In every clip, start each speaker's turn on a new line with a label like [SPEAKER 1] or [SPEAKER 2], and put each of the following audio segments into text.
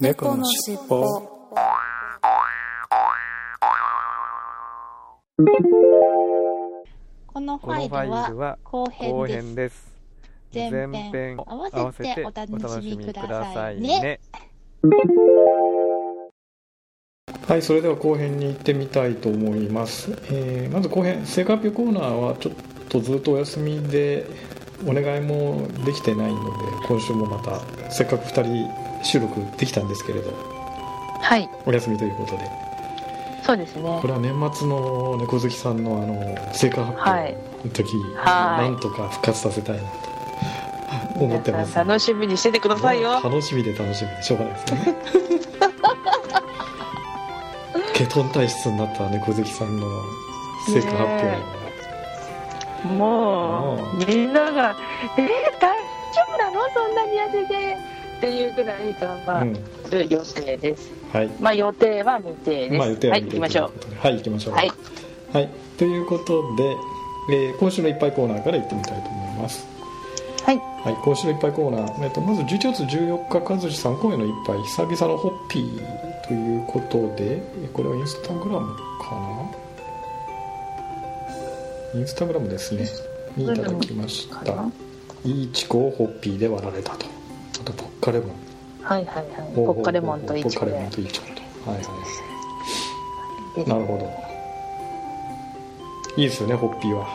[SPEAKER 1] 猫のしっぽ。
[SPEAKER 2] このフ
[SPEAKER 3] この
[SPEAKER 2] ァイ
[SPEAKER 3] ファイ
[SPEAKER 2] ル
[SPEAKER 3] ル
[SPEAKER 2] は
[SPEAKER 3] は
[SPEAKER 2] 後
[SPEAKER 3] 後
[SPEAKER 2] 編
[SPEAKER 3] 編
[SPEAKER 2] です。
[SPEAKER 3] です。
[SPEAKER 2] 前編
[SPEAKER 3] 編
[SPEAKER 2] 合わせてお楽しみくださいね。
[SPEAKER 3] ね。
[SPEAKER 1] はい、それでは後編に行ってみたいと思います。えーまず後編、成果発表コーナーはちょっとずっとお休みで、お願いもできてないので、今週もまたせっかく2人収録できたんですけれど、
[SPEAKER 2] はい、
[SPEAKER 1] お休みということで、
[SPEAKER 2] そうですね
[SPEAKER 1] こ。れは年末の猫好きさんのあの成果発
[SPEAKER 2] はい
[SPEAKER 1] 表の時、
[SPEAKER 2] はい
[SPEAKER 1] なんとか復活させたいなと思ってます。
[SPEAKER 2] 楽しみにしててくださいよ。
[SPEAKER 1] 楽しみで楽しみでしょうがないですね ケトン体質になった猫好きさんの成果発表、
[SPEAKER 2] ねも
[SPEAKER 1] も
[SPEAKER 2] う、みんなが、えー、大丈夫なのそんなに痩せて。っていうぐらい頑
[SPEAKER 1] う
[SPEAKER 2] 張
[SPEAKER 1] ん、
[SPEAKER 2] る予定です。
[SPEAKER 1] はい
[SPEAKER 2] まあ予定は未定です。
[SPEAKER 1] まあ予定は
[SPEAKER 2] はい、
[SPEAKER 1] 見
[SPEAKER 2] 行
[SPEAKER 1] て
[SPEAKER 2] きましょう。
[SPEAKER 1] はい行きましょう
[SPEAKER 2] はい、
[SPEAKER 1] はいということで、えー今週のいっぱいコーナーから行ってみたいと思います
[SPEAKER 2] はい
[SPEAKER 1] はい、今週のいっぱいコーナー、えっと、まず11月14日和志さん今夜のいっぱい久々のホッピーということでえこれはインスタグラムかなインスタグラムですねにいただきまし
[SPEAKER 2] か
[SPEAKER 1] た
[SPEAKER 2] な。
[SPEAKER 1] いいチコをホッピーで割られたとあとポッカレモン
[SPEAKER 2] はいはいはい。ポッカレモンとイチ
[SPEAKER 1] ポ
[SPEAKER 2] ゴ
[SPEAKER 1] ッカレモン
[SPEAKER 2] で。
[SPEAKER 1] とイチゴとはいはいなるほどいいですよねホッピーは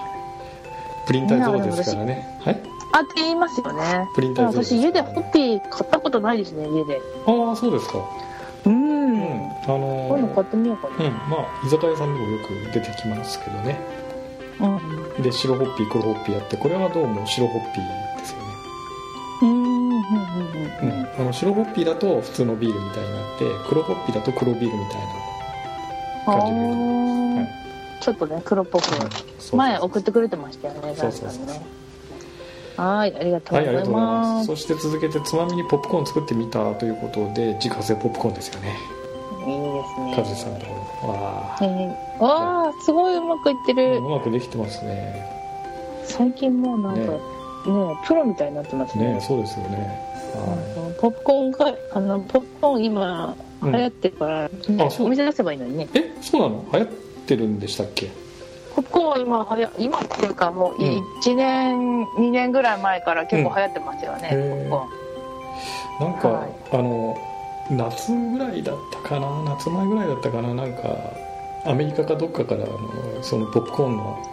[SPEAKER 1] プリン体像ですからねはい
[SPEAKER 2] あって言いますよね。
[SPEAKER 1] プリン
[SPEAKER 2] で
[SPEAKER 1] 体
[SPEAKER 2] も
[SPEAKER 1] 像す
[SPEAKER 2] 私家でホッピー買ったことないですね家で。
[SPEAKER 1] ああそうですか
[SPEAKER 2] う
[SPEAKER 1] うん
[SPEAKER 2] ん。
[SPEAKER 1] あ
[SPEAKER 2] 今度
[SPEAKER 1] の
[SPEAKER 2] 買
[SPEAKER 1] ー
[SPEAKER 2] ってみようか
[SPEAKER 1] うんまあ居酒屋さんでもよく出てきますけどね
[SPEAKER 2] な。うん。
[SPEAKER 1] で白ホッピー黒ホッピーあってこれはどうも白ホッピーですよね
[SPEAKER 2] うんう
[SPEAKER 1] う
[SPEAKER 2] ん
[SPEAKER 1] ん、あの白ホッピーだと普通のビールみたいになって黒ホッピーだと黒ビールみたいな感じで
[SPEAKER 2] うんう
[SPEAKER 1] は
[SPEAKER 2] ん
[SPEAKER 1] い。
[SPEAKER 2] ちょっとね黒っぽ
[SPEAKER 1] そう
[SPEAKER 2] く。
[SPEAKER 1] そうそう
[SPEAKER 2] 前送ってくれてましたよね。
[SPEAKER 1] そうそうそう
[SPEAKER 2] ダンさんねはいありがとう
[SPEAKER 1] は
[SPEAKER 2] ご
[SPEAKER 1] い、ありがとご
[SPEAKER 2] ざいう
[SPEAKER 1] ざいま。
[SPEAKER 2] ますす。
[SPEAKER 1] そして続けてつまみにポップコーン作ってみたということで自家製ポップコーンですよね。
[SPEAKER 2] いい
[SPEAKER 1] カ
[SPEAKER 2] で
[SPEAKER 1] ズ
[SPEAKER 2] す
[SPEAKER 1] さんの
[SPEAKER 2] ね。
[SPEAKER 1] ところ。わあ、
[SPEAKER 2] えー、わあすごいうまくいってる
[SPEAKER 1] う。まくできてますね。
[SPEAKER 2] 最近もうなんかね
[SPEAKER 1] ね
[SPEAKER 2] プロみたいになってますね
[SPEAKER 1] ね、そうですよね。は
[SPEAKER 2] うんポップコーンがあのポップコーン今
[SPEAKER 1] う
[SPEAKER 2] 流
[SPEAKER 1] ん
[SPEAKER 2] 行ってるから、
[SPEAKER 1] あそう
[SPEAKER 2] お店出せばいいのにね
[SPEAKER 1] い。え、そうなの？流行ってるんでしたっけ？
[SPEAKER 2] ポップコーン今はや今っていうかも
[SPEAKER 1] う
[SPEAKER 2] う
[SPEAKER 1] ん
[SPEAKER 2] 1年、2年ぐらい前から結構流行ってますよね、
[SPEAKER 1] うんへ
[SPEAKER 2] ポッ
[SPEAKER 1] ー
[SPEAKER 2] プコーン
[SPEAKER 1] なんか、
[SPEAKER 2] はい
[SPEAKER 1] あの夏ぐらいだったかな、夏前ぐらいだったかな、なんかアメリカかどっかからあのそのポップコーンの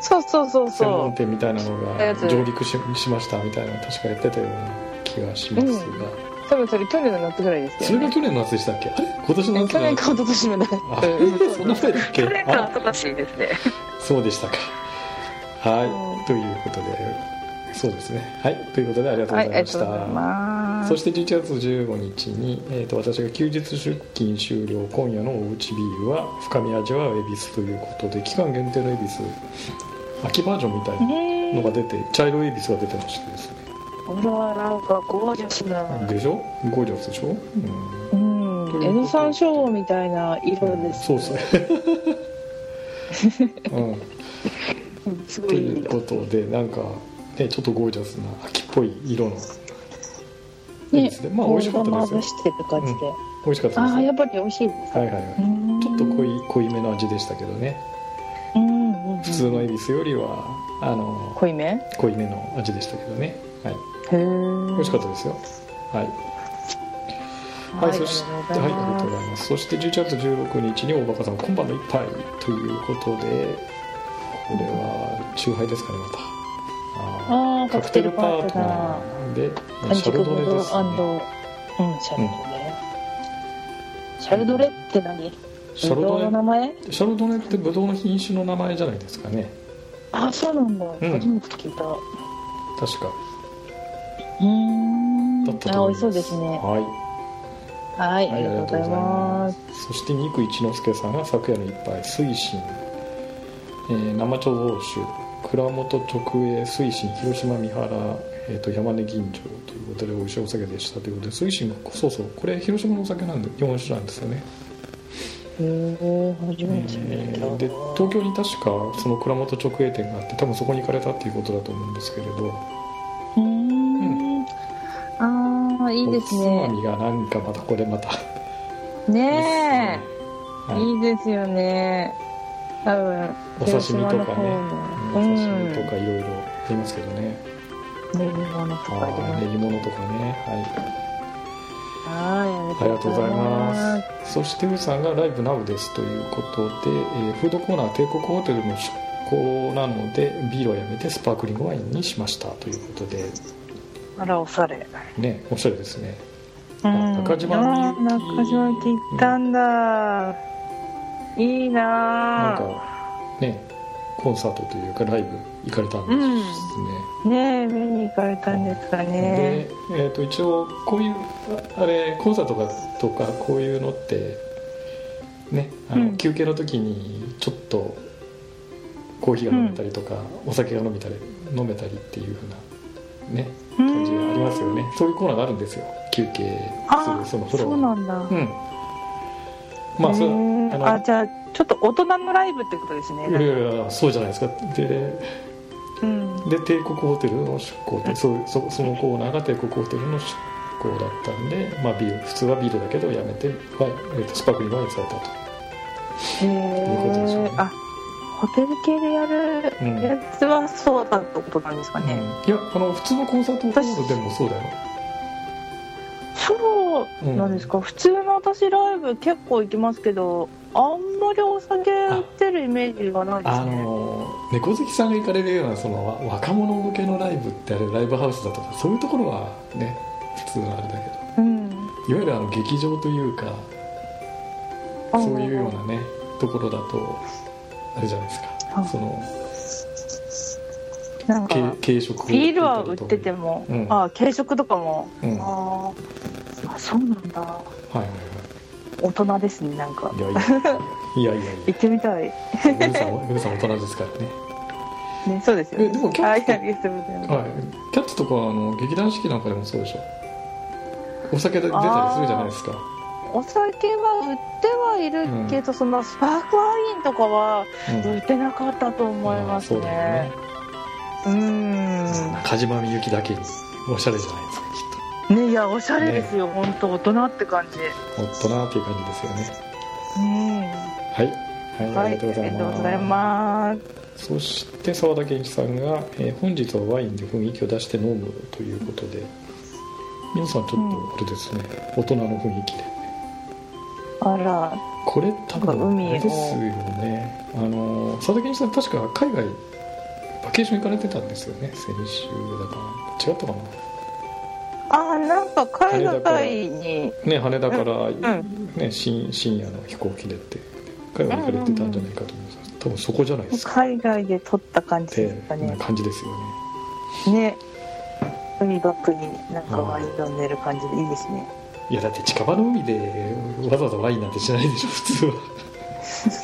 [SPEAKER 2] そうそうそう
[SPEAKER 1] 専門
[SPEAKER 2] そ
[SPEAKER 1] 店みたいなの
[SPEAKER 2] や
[SPEAKER 1] が
[SPEAKER 2] つ
[SPEAKER 1] 上陸ししましたみたいな確かやってたような気がしますが、
[SPEAKER 2] う多分それ去年の夏ぐらいです
[SPEAKER 1] そ
[SPEAKER 2] よ
[SPEAKER 1] れ
[SPEAKER 2] ね
[SPEAKER 1] が去年の夏でしたっけ？あれ今年の夏
[SPEAKER 2] 去
[SPEAKER 1] だ
[SPEAKER 2] 年か一昨年の
[SPEAKER 1] あ、
[SPEAKER 2] 夏
[SPEAKER 1] え
[SPEAKER 2] うん
[SPEAKER 1] ーそんなことだっけ
[SPEAKER 2] 去年か
[SPEAKER 1] あ
[SPEAKER 2] 一昨年ですね
[SPEAKER 1] そうでしたかは
[SPEAKER 2] うん
[SPEAKER 1] いということでそうですねはいということでありがとうご
[SPEAKER 2] は
[SPEAKER 1] ざ
[SPEAKER 2] いあ
[SPEAKER 1] いま
[SPEAKER 2] りが
[SPEAKER 1] し
[SPEAKER 2] と
[SPEAKER 1] た、
[SPEAKER 2] うございます
[SPEAKER 1] そして11月15日に、えー、と私が休日出勤終了今夜のおうちビールは深み味わう恵比寿ということで期間限定の恵比寿秋バージョンみたいなのが出て茶色い恵比寿が出てましてですね
[SPEAKER 2] ほらなんかゴージャスな
[SPEAKER 1] でしょゴージャスでしょ、うん
[SPEAKER 2] うん、江ノ山昭和みたいな色です、
[SPEAKER 1] そうそう。 うん、
[SPEAKER 2] うんすご
[SPEAKER 1] と
[SPEAKER 2] いい
[SPEAKER 1] い
[SPEAKER 2] いう色
[SPEAKER 1] ことでなんか、ね、ちょっとゴージャスな秋っぽい色の
[SPEAKER 2] ね
[SPEAKER 1] ですねまあ美味しかったです
[SPEAKER 2] まぶ
[SPEAKER 1] よ
[SPEAKER 2] してる感じで、
[SPEAKER 1] 美味しかったです
[SPEAKER 2] ああ
[SPEAKER 1] ね
[SPEAKER 2] やっぱり美味しいです
[SPEAKER 1] はいはいはいちょっと濃い濃いめの味でしたけどね
[SPEAKER 2] うんうんうん
[SPEAKER 1] 普通の恵比寿よりはあの
[SPEAKER 2] 濃いめへ
[SPEAKER 1] 濃いめの味でしたけどね、はい、
[SPEAKER 2] え
[SPEAKER 1] 美
[SPEAKER 2] 美
[SPEAKER 1] 味しかったですよはいはい、そして、はい、ありがとうございます。そして11月16日に大バカさん、今晩の一杯ということで、これは、チューハイですかね、また。あ
[SPEAKER 2] ああ
[SPEAKER 1] ー
[SPEAKER 2] カクテルパートナ
[SPEAKER 1] ーで、
[SPEAKER 2] ー
[SPEAKER 1] シャルドネです、ね。
[SPEAKER 2] うんシャルドネ、シャルドレって何
[SPEAKER 1] シャル
[SPEAKER 2] ブドウの
[SPEAKER 1] ド
[SPEAKER 2] 名
[SPEAKER 1] ネ、
[SPEAKER 2] 前
[SPEAKER 1] シャルドネってブドウの品種の名前じゃないですかね、
[SPEAKER 2] ああそうなんだ、
[SPEAKER 1] ん
[SPEAKER 2] 初めて聞いたう
[SPEAKER 1] 確か。
[SPEAKER 2] ーん
[SPEAKER 1] だったと
[SPEAKER 2] あ
[SPEAKER 1] 思
[SPEAKER 2] 美
[SPEAKER 1] い
[SPEAKER 2] 味
[SPEAKER 1] ま
[SPEAKER 2] し
[SPEAKER 1] す。
[SPEAKER 2] そうですね
[SPEAKER 1] は
[SPEAKER 2] はい
[SPEAKER 1] い、
[SPEAKER 2] ありがとうございます
[SPEAKER 1] す。そして、肉一之輔さんが昨夜の一杯、水深、えー生貯蔵酒蔵元直営水深広島三原、えー、と山根吟醸ということで美味しいお酒でしたということで水深そうそうこれ広島のお酒なんで日本酒なんですよね、
[SPEAKER 2] へえ初めて聞
[SPEAKER 1] え
[SPEAKER 2] いた、
[SPEAKER 1] ーで東京に確かその蔵元直営店があって多分そこに行かれたっていうことだと思うんですけれど
[SPEAKER 2] うーんああいいいいです
[SPEAKER 1] おつま
[SPEAKER 2] ね
[SPEAKER 1] みがなんかまたこれまた
[SPEAKER 2] ねえ、
[SPEAKER 1] はい
[SPEAKER 2] い、いですよね多分
[SPEAKER 1] お刺身と
[SPEAKER 2] 広島の
[SPEAKER 1] か
[SPEAKER 2] 方
[SPEAKER 1] ねお
[SPEAKER 2] も
[SPEAKER 1] 刺
[SPEAKER 2] うん
[SPEAKER 1] 身とかいろいろありますけどね、
[SPEAKER 2] 練り物と
[SPEAKER 1] あ
[SPEAKER 2] かで
[SPEAKER 1] あー練
[SPEAKER 2] も
[SPEAKER 1] り物とかねはい
[SPEAKER 2] はい
[SPEAKER 1] ありがとうございますすそしてウーさんがライブナウですということで、えーフードコーナー帝国ホテルの出向なのでビールはやめてスパークリングワインにしましたということで
[SPEAKER 2] あらおしゃれ
[SPEAKER 1] ねおしゃれですね
[SPEAKER 2] うん
[SPEAKER 1] 中島みゆき
[SPEAKER 2] あー中島みゆき行ったんだ、い
[SPEAKER 1] な
[SPEAKER 2] い
[SPEAKER 1] ん
[SPEAKER 2] なぁ
[SPEAKER 1] かねコンサートというかライブ行かれたんですね、
[SPEAKER 2] ねえ見に行かれたんですかね
[SPEAKER 1] で、えー、と一応こういうああれ講座とかとかこういうのってねあの、
[SPEAKER 2] うん
[SPEAKER 1] 休憩の時にちょっとコーヒーが飲めたりとか、お酒が飲めたり飲めたりっていう風なね感じがありますよねそういうコーナーがあるんですよ休憩す
[SPEAKER 2] あ
[SPEAKER 1] るそのフロ
[SPEAKER 2] そう
[SPEAKER 1] ア
[SPEAKER 2] なんだ、
[SPEAKER 1] うんまあそれ
[SPEAKER 2] へー
[SPEAKER 1] あの
[SPEAKER 2] あじゃあちょっと大人のライブってことですね、
[SPEAKER 1] いやいやそうじゃないですかで
[SPEAKER 2] うん
[SPEAKER 1] で帝国ホテルの出向ってそうそそのコーナーが帝国ホテルの出向だったんで、まあ、ビール普通はビールだけどやめて、はいえーとスパークリングワインされたと
[SPEAKER 2] へ
[SPEAKER 1] いうことでしょうね
[SPEAKER 2] えあホテル系でやる
[SPEAKER 1] うん
[SPEAKER 2] やつはそうだってことなんですか
[SPEAKER 1] うん、い
[SPEAKER 2] ね、
[SPEAKER 1] やあの普通のコンサートホールでもそうだよ
[SPEAKER 2] そうなんですか、普通の私ライブ結構行きますけどあんまりお酒売ってるイメージがないで
[SPEAKER 1] あ
[SPEAKER 2] すね
[SPEAKER 1] の猫好きさんが行かれるようなそのわ若者向けのライブってあれライブハウスだとかそういうところはね普通のあれだけど
[SPEAKER 2] うん
[SPEAKER 1] いわゆるあの劇場というかそういうようなねところだとあれじゃないですか
[SPEAKER 2] あ
[SPEAKER 1] その
[SPEAKER 2] なんか
[SPEAKER 1] 軽軽食を
[SPEAKER 2] ビールは
[SPEAKER 1] 売っ
[SPEAKER 2] 売ってて
[SPEAKER 1] た
[SPEAKER 2] て
[SPEAKER 1] り
[SPEAKER 2] も、
[SPEAKER 1] うん
[SPEAKER 2] あ軽食とかも、
[SPEAKER 1] とかうんは
[SPEAKER 2] あーあそうなんだ
[SPEAKER 1] いはいはい
[SPEAKER 2] 大人ですねなんか
[SPEAKER 1] い やいやいやいやいや
[SPEAKER 2] 行ってみたい
[SPEAKER 1] 皆さんは皆さん大人ですからね
[SPEAKER 2] ねそうですよ
[SPEAKER 1] え
[SPEAKER 2] ね
[SPEAKER 1] でもキ
[SPEAKER 2] あ
[SPEAKER 1] ャ
[SPEAKER 2] あ
[SPEAKER 1] ッ
[SPEAKER 2] り
[SPEAKER 1] ツ
[SPEAKER 2] がとうございます
[SPEAKER 1] はいキャッツとかあの劇団四季なんかでもそうでしょお酒で出たりするじゃないですか
[SPEAKER 2] お酒は売ってはいるけど、そのスパークワインとかは
[SPEAKER 1] うん
[SPEAKER 2] 売ってなかったと思います
[SPEAKER 1] そうだよ
[SPEAKER 2] ね
[SPEAKER 1] ね。
[SPEAKER 2] うー
[SPEAKER 1] 中島みゆきだけにおしゃれじゃないですか
[SPEAKER 2] ん。ねいやおしゃれですよ、本当大人って感じ。
[SPEAKER 1] きっとおっとなっていう感じですよね
[SPEAKER 2] うん。
[SPEAKER 1] はいはい、
[SPEAKER 2] はい、あ
[SPEAKER 1] あ
[SPEAKER 2] り
[SPEAKER 1] りがと
[SPEAKER 2] がと
[SPEAKER 1] う
[SPEAKER 2] う
[SPEAKER 1] ございます
[SPEAKER 2] ございます。
[SPEAKER 1] そして澤田健一さんが、えー本日はワインで雰囲気を出して飲む」ということで皆さんちょっとあれですね、大人の雰囲気で
[SPEAKER 2] あら、
[SPEAKER 1] これ多分
[SPEAKER 2] なんか海を
[SPEAKER 1] あれですよねあの佐々木さん確か海外バケーション行かれてたんですよね先週だから違ったかな
[SPEAKER 2] あなんか海外に、
[SPEAKER 1] ね羽田から、
[SPEAKER 2] ん
[SPEAKER 1] ね、深深夜の飛行機でって海外行かれてたんじゃないかと思います、多分そこじゃないですか
[SPEAKER 2] 海外で撮った感
[SPEAKER 1] っ
[SPEAKER 2] じ
[SPEAKER 1] て
[SPEAKER 2] ですか
[SPEAKER 1] な
[SPEAKER 2] ね。
[SPEAKER 1] 感じですよね
[SPEAKER 2] ね。海バックになんかワイン飲んでる感じでいいですね。
[SPEAKER 1] いやだって近場の海でわざわざワインなんてしないでしょ普通は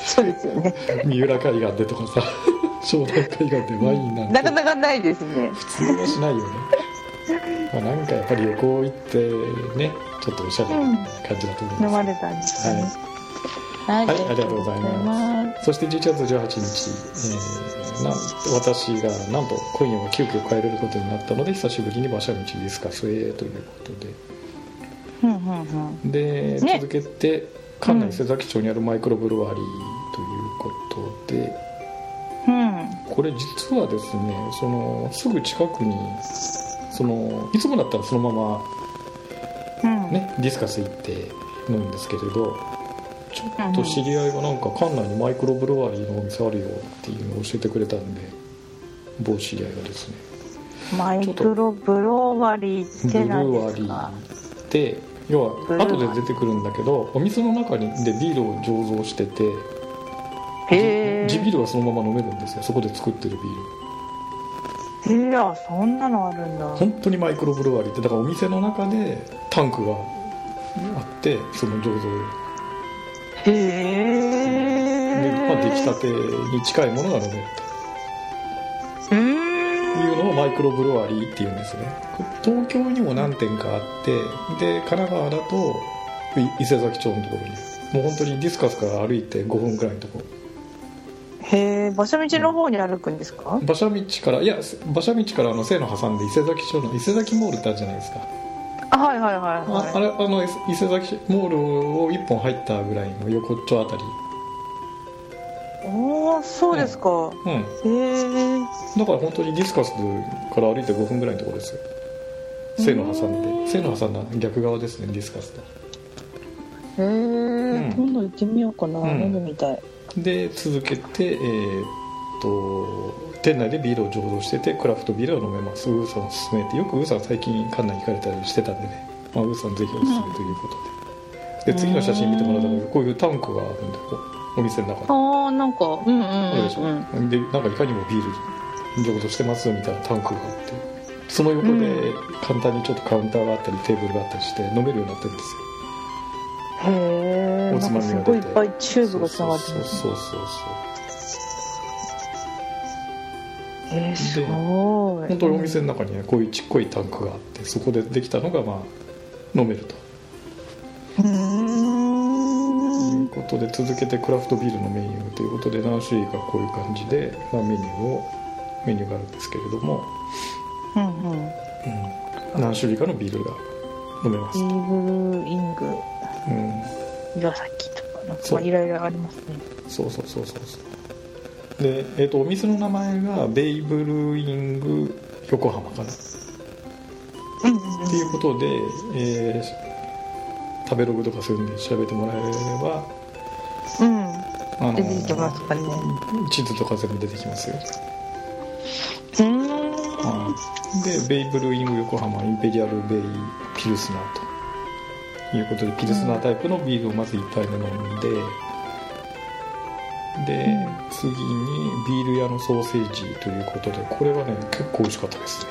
[SPEAKER 2] そうですよね。
[SPEAKER 1] 三浦海岸でとかさ 湘南海岸でワインなんて
[SPEAKER 2] なかなかないですね。
[SPEAKER 1] 普通はし ないよねまあなんかやっぱり旅行行ってねちょっとおしゃれな感じだと思いま、
[SPEAKER 2] 飲ますれたんですね。
[SPEAKER 1] は、
[SPEAKER 2] はい
[SPEAKER 1] はい、ありがとうございますそして11月18日、えーなん私がなんと今夜は急遽帰れることになったので久しぶりに馬車道ディスカスへということで
[SPEAKER 2] うんうんうん。
[SPEAKER 1] で、
[SPEAKER 2] ね
[SPEAKER 1] 続けて館内伊勢崎町にあるマイクロブルワリーということで、
[SPEAKER 2] うん。
[SPEAKER 1] これ実はですねそのすぐ近くにそのいつもだったらそのまま
[SPEAKER 2] うん。
[SPEAKER 1] ね、ディスカス行って飲むんですけれどちょっと知り合いがなんか館内にマイクロブルワリーのお店あるよっていうのを教えてくれたんで某知り合いがですね
[SPEAKER 2] マイクロブロワリーっ
[SPEAKER 1] ブ
[SPEAKER 2] て
[SPEAKER 1] ル
[SPEAKER 2] 何
[SPEAKER 1] ワ
[SPEAKER 2] で
[SPEAKER 1] リ
[SPEAKER 2] す
[SPEAKER 1] ー
[SPEAKER 2] か
[SPEAKER 1] で要
[SPEAKER 2] ブル
[SPEAKER 1] は
[SPEAKER 2] ワリ
[SPEAKER 1] 後
[SPEAKER 2] ー
[SPEAKER 1] で出てくるんだけどお店の中にでビールを醸造してて
[SPEAKER 2] へえ
[SPEAKER 1] 地ビールはそのまま飲めるんですよそこで作ってるビール
[SPEAKER 2] いやそんなのあるんだ
[SPEAKER 1] 本当にマイクロブルワリーってだからお店の中でタンクがあってその醸造
[SPEAKER 2] へ
[SPEAKER 1] で、まあ、出来
[SPEAKER 2] え
[SPEAKER 1] たてに近いものが飲めると
[SPEAKER 2] う
[SPEAKER 1] いう
[SPEAKER 2] ーん
[SPEAKER 1] のをマイクロブルワリーっていうんですね東京にも何店かあってで神奈川だとい伊勢崎町のところにもう本当にディスカスから歩いて5分くらいのところ
[SPEAKER 2] へえ馬車道の方に歩くんですか
[SPEAKER 1] 馬車道からいや馬車道からあの線路挟んで伊勢崎町の伊勢崎モールってあるじゃないですか
[SPEAKER 2] あはいはいはい
[SPEAKER 1] あ
[SPEAKER 2] はい
[SPEAKER 1] あれあの伊伊勢崎モールを1本入ったぐらいの横っちょあたり
[SPEAKER 2] おおそうですか、
[SPEAKER 1] うん
[SPEAKER 2] へえ
[SPEAKER 1] だから本当にディスカスから歩いて5分ぐらいのところですよ線路挟んで線路挟んだ逆側ですねディスカスと
[SPEAKER 2] へえ、
[SPEAKER 1] ん
[SPEAKER 2] 今度行ってみようかな、
[SPEAKER 1] うん
[SPEAKER 2] 飲んでみたい
[SPEAKER 1] で続けてえーっと店内でビールを醸造しててクラフトビールを飲めますウーさんおすすめってよくウーさん最近館内行かれたりしてたんでね、まあ、ウーさんぜひおすすめということでで次の写真見てもらったらこういうタンクがあるんでこうお店の中に
[SPEAKER 2] ああなんかうんうん
[SPEAKER 1] あるでしょ、でなんかいかにもビール醸造してますみたいなタンクがあってその横で簡単にちょっとカウンターがあったりテーブルがあったりして飲めるようになってるんですよ
[SPEAKER 2] へえ
[SPEAKER 1] おつまみが出て
[SPEAKER 2] すごいいっぱいチューブがつながってます
[SPEAKER 1] そうそうそうそう
[SPEAKER 2] えー、すごい
[SPEAKER 1] 本当にお店の中にねこういうちっこいタンクがあってそこでできたのがまあ飲めると
[SPEAKER 2] う
[SPEAKER 1] い
[SPEAKER 2] ー
[SPEAKER 1] うんことで続けてクラフトビールのメニューということで何種類かこういう感じで、まあ、メニューをメニューがあるんですけれども、
[SPEAKER 2] うんうん
[SPEAKER 1] うん何種類かのビールが飲めます
[SPEAKER 2] イ、ーブルイング
[SPEAKER 1] うん、
[SPEAKER 2] 岩崎とかなんか
[SPEAKER 1] そ
[SPEAKER 2] まあ
[SPEAKER 1] う
[SPEAKER 2] いろいろありますね
[SPEAKER 1] そうそうそうそうそうで、えー、とお店の名前がベイブルーイング横浜かな
[SPEAKER 2] うんうん
[SPEAKER 1] っていうことで、えー食べログとかそういうので調べてもらえれば
[SPEAKER 2] うん
[SPEAKER 1] あの
[SPEAKER 2] 出てきますかね
[SPEAKER 1] 地図とか全部出てきますよ、
[SPEAKER 2] うん
[SPEAKER 1] でベイブルーイング横浜インペリアルベイピルスナーということでピルスナータイプのビールをまず1杯目飲んでで、
[SPEAKER 2] うん
[SPEAKER 1] 次にビール屋のソーセージということでこれはね結構美味しかったですね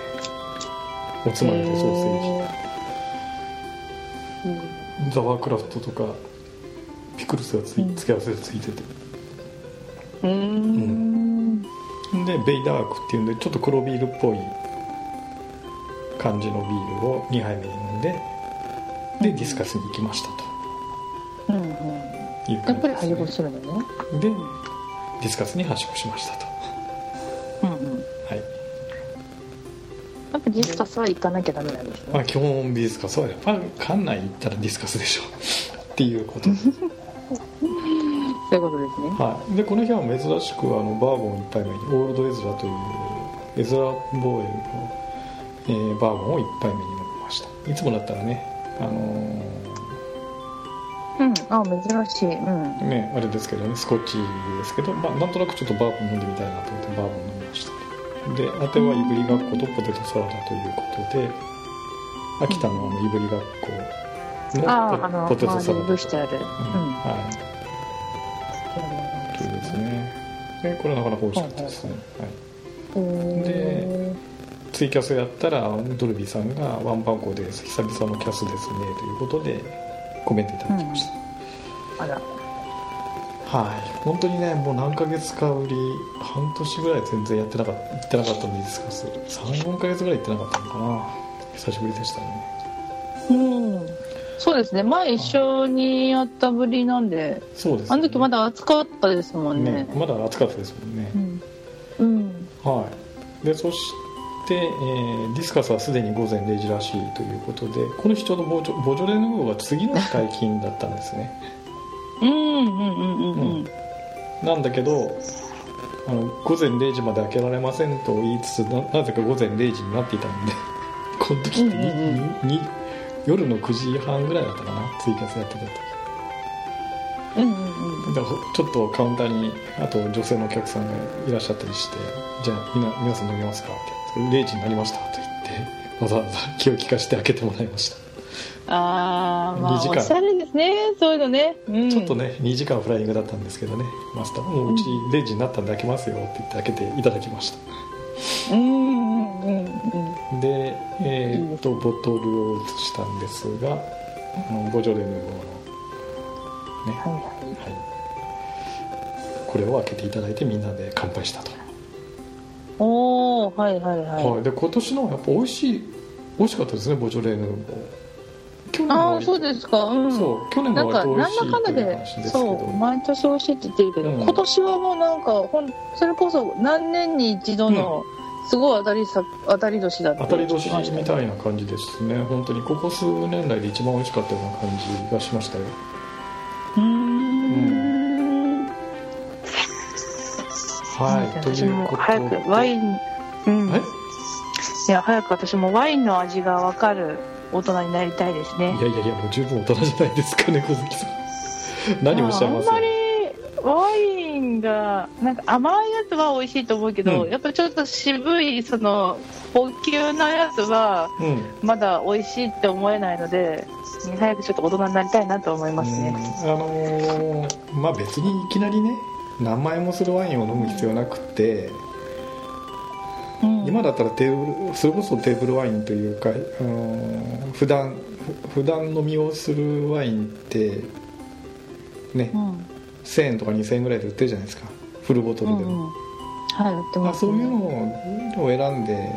[SPEAKER 1] おつまみでソーセージ、
[SPEAKER 2] ージ
[SPEAKER 1] ザワークラフトとかピクルスがつい
[SPEAKER 2] うん
[SPEAKER 1] 付け合わせでついてて、
[SPEAKER 2] うーん
[SPEAKER 1] でベイダークっていうんでちょっと黒ビールっぽい感じのビールを2杯目に飲んででディスカスに行きました
[SPEAKER 2] うんうん
[SPEAKER 1] という
[SPEAKER 2] や
[SPEAKER 1] 感
[SPEAKER 2] っ
[SPEAKER 1] じ
[SPEAKER 2] ぱり
[SPEAKER 1] です、
[SPEAKER 2] 配
[SPEAKER 1] ね、
[SPEAKER 2] 合するのね
[SPEAKER 1] でディスカスに発色しましたと
[SPEAKER 2] うんうん
[SPEAKER 1] はい、
[SPEAKER 2] やっぱディスカスは行かなきゃダメなんです
[SPEAKER 1] ま
[SPEAKER 2] ね
[SPEAKER 1] あ、基本ディスカスはやっぱり館内行ったらディスカスでしょっていうことで,、
[SPEAKER 2] そういうことですね
[SPEAKER 1] はい、でこの日は珍しくあのバーボン1杯目にオールドエズラというエズラボーエルの、えーバーボンを1杯目に飲みましたいつもだったらねあのー
[SPEAKER 2] うんあ珍しいうん
[SPEAKER 1] ねあれですけどねスコッチですけど、まあ、なんとなくちょっとバーボン飲んでみたいなと思ってバーボン飲みましたであてはイブリ学校とポテトサラダということで秋田のあのいぶり学校
[SPEAKER 2] あああ
[SPEAKER 1] の
[SPEAKER 2] の
[SPEAKER 1] ポテポテトサラ
[SPEAKER 2] 周り
[SPEAKER 1] ダ
[SPEAKER 2] にブしてあるう
[SPEAKER 1] う
[SPEAKER 2] ん
[SPEAKER 1] んはいというですねでこれはなかなか美味しかったですね、はい
[SPEAKER 2] へ
[SPEAKER 1] ツイキャスやったらドルビーさんがワンパンコで久々のキャスですねということでコメントいただきました、
[SPEAKER 2] ーあら
[SPEAKER 1] はい本当にねもう何ヶ月かぶり半年ぐらい全然やってなかった行ってなかったんでディスカス34ヶ月ぐらい行ってなかったのかな久しぶりでしたね
[SPEAKER 2] うんそうですね前一緒にやったぶりなんで
[SPEAKER 1] そうですね
[SPEAKER 2] あの時まだ暑かったですもんね
[SPEAKER 1] ねまだ暑かったですもんね
[SPEAKER 2] う、ん、うん、
[SPEAKER 1] はいでそして、えーディスカスはすでに午前0時らしいということでこの日ちょうどボジョボジョレ・ヌーボーが次の日解禁だったんですね
[SPEAKER 2] うんうんうんうんうん
[SPEAKER 1] なんだけどあの午前0時まで開けられませんと言いつつななぜか午前0時になっていたんで この時ってに、
[SPEAKER 2] うんうん
[SPEAKER 1] にに夜の9時半ぐらいだったかなツイキャスやってた時
[SPEAKER 2] うんうんうん
[SPEAKER 1] だからちょっとカウンターにあと女性のお客さんがいらっしゃったりして「じゃあみな皆さん飲みますか?」って「0時になりました」と言ってわざわざ気を利かして開けてもらいました、
[SPEAKER 2] ああま
[SPEAKER 1] 二時
[SPEAKER 2] あ
[SPEAKER 1] 間
[SPEAKER 2] おしゃれですねそういうのね、うん、
[SPEAKER 1] ちょっとね2時間フライングだったんですけどねマスター「もううち0時になったんで開けますよ」って言って開けていただきました
[SPEAKER 2] うんうんうんうん
[SPEAKER 1] で、えーっと
[SPEAKER 2] い
[SPEAKER 1] ボトルを移したんですがあのボジョレ・ヌーボーのね、
[SPEAKER 2] は
[SPEAKER 1] はいい
[SPEAKER 2] は
[SPEAKER 1] これを開けていただいてみんなで乾杯したと、
[SPEAKER 2] いおおはいはいはい、
[SPEAKER 1] はい、で今年のはやっぱ美味しい美味しかったですねボジョレ・ヌーボー去年
[SPEAKER 2] あ
[SPEAKER 1] は
[SPEAKER 2] あそうですかうん
[SPEAKER 1] そう去年
[SPEAKER 2] な
[SPEAKER 1] は
[SPEAKER 2] んか
[SPEAKER 1] 割と美
[SPEAKER 2] な
[SPEAKER 1] 味
[SPEAKER 2] ん
[SPEAKER 1] しい
[SPEAKER 2] だかんだ
[SPEAKER 1] という
[SPEAKER 2] で
[SPEAKER 1] 話ですけ
[SPEAKER 2] そ
[SPEAKER 1] ど
[SPEAKER 2] う毎年美味しいって言ってるけど、
[SPEAKER 1] うん
[SPEAKER 2] 今年はもうなんかほんそれこそ何年に一度のすごい当たりさ当たり年だって
[SPEAKER 1] 当たり年みたいな感じですね本当にここ数年来で一番美味しかったような感じがしましたよ
[SPEAKER 2] うーん
[SPEAKER 1] はいと
[SPEAKER 2] 私
[SPEAKER 1] いう
[SPEAKER 2] も
[SPEAKER 1] ことで
[SPEAKER 2] 早くワインうん
[SPEAKER 1] え
[SPEAKER 2] いや早く私もワインの味が分かる大人になりたいですね
[SPEAKER 1] いやいやいやもう十分大人じゃないですか猫好きさん何をおっしゃいます
[SPEAKER 2] あんまりワインがなんか甘いやつは美味しいと思うけど、
[SPEAKER 1] うん
[SPEAKER 2] やっぱちょっと渋いその高級なやつは
[SPEAKER 1] うん
[SPEAKER 2] まだ美味しいって思えないので早くちょっと大人になりたいなと思いますね、
[SPEAKER 1] うんあのーまあ別にいきなりね何万円もするワインを飲む必要なくて、
[SPEAKER 2] うん
[SPEAKER 1] 今だったらテーブルそれこそテーブルワインというか、あのー普段ふ普段飲みをするワインってね、
[SPEAKER 2] うん
[SPEAKER 1] 1000円とか2000円ぐらいで売ってるじゃないですかフルボトルでも、
[SPEAKER 2] うんうんはい売って
[SPEAKER 1] ま
[SPEAKER 2] ま
[SPEAKER 1] あ、
[SPEAKER 2] す
[SPEAKER 1] そう
[SPEAKER 2] ね、
[SPEAKER 1] いうのを選んで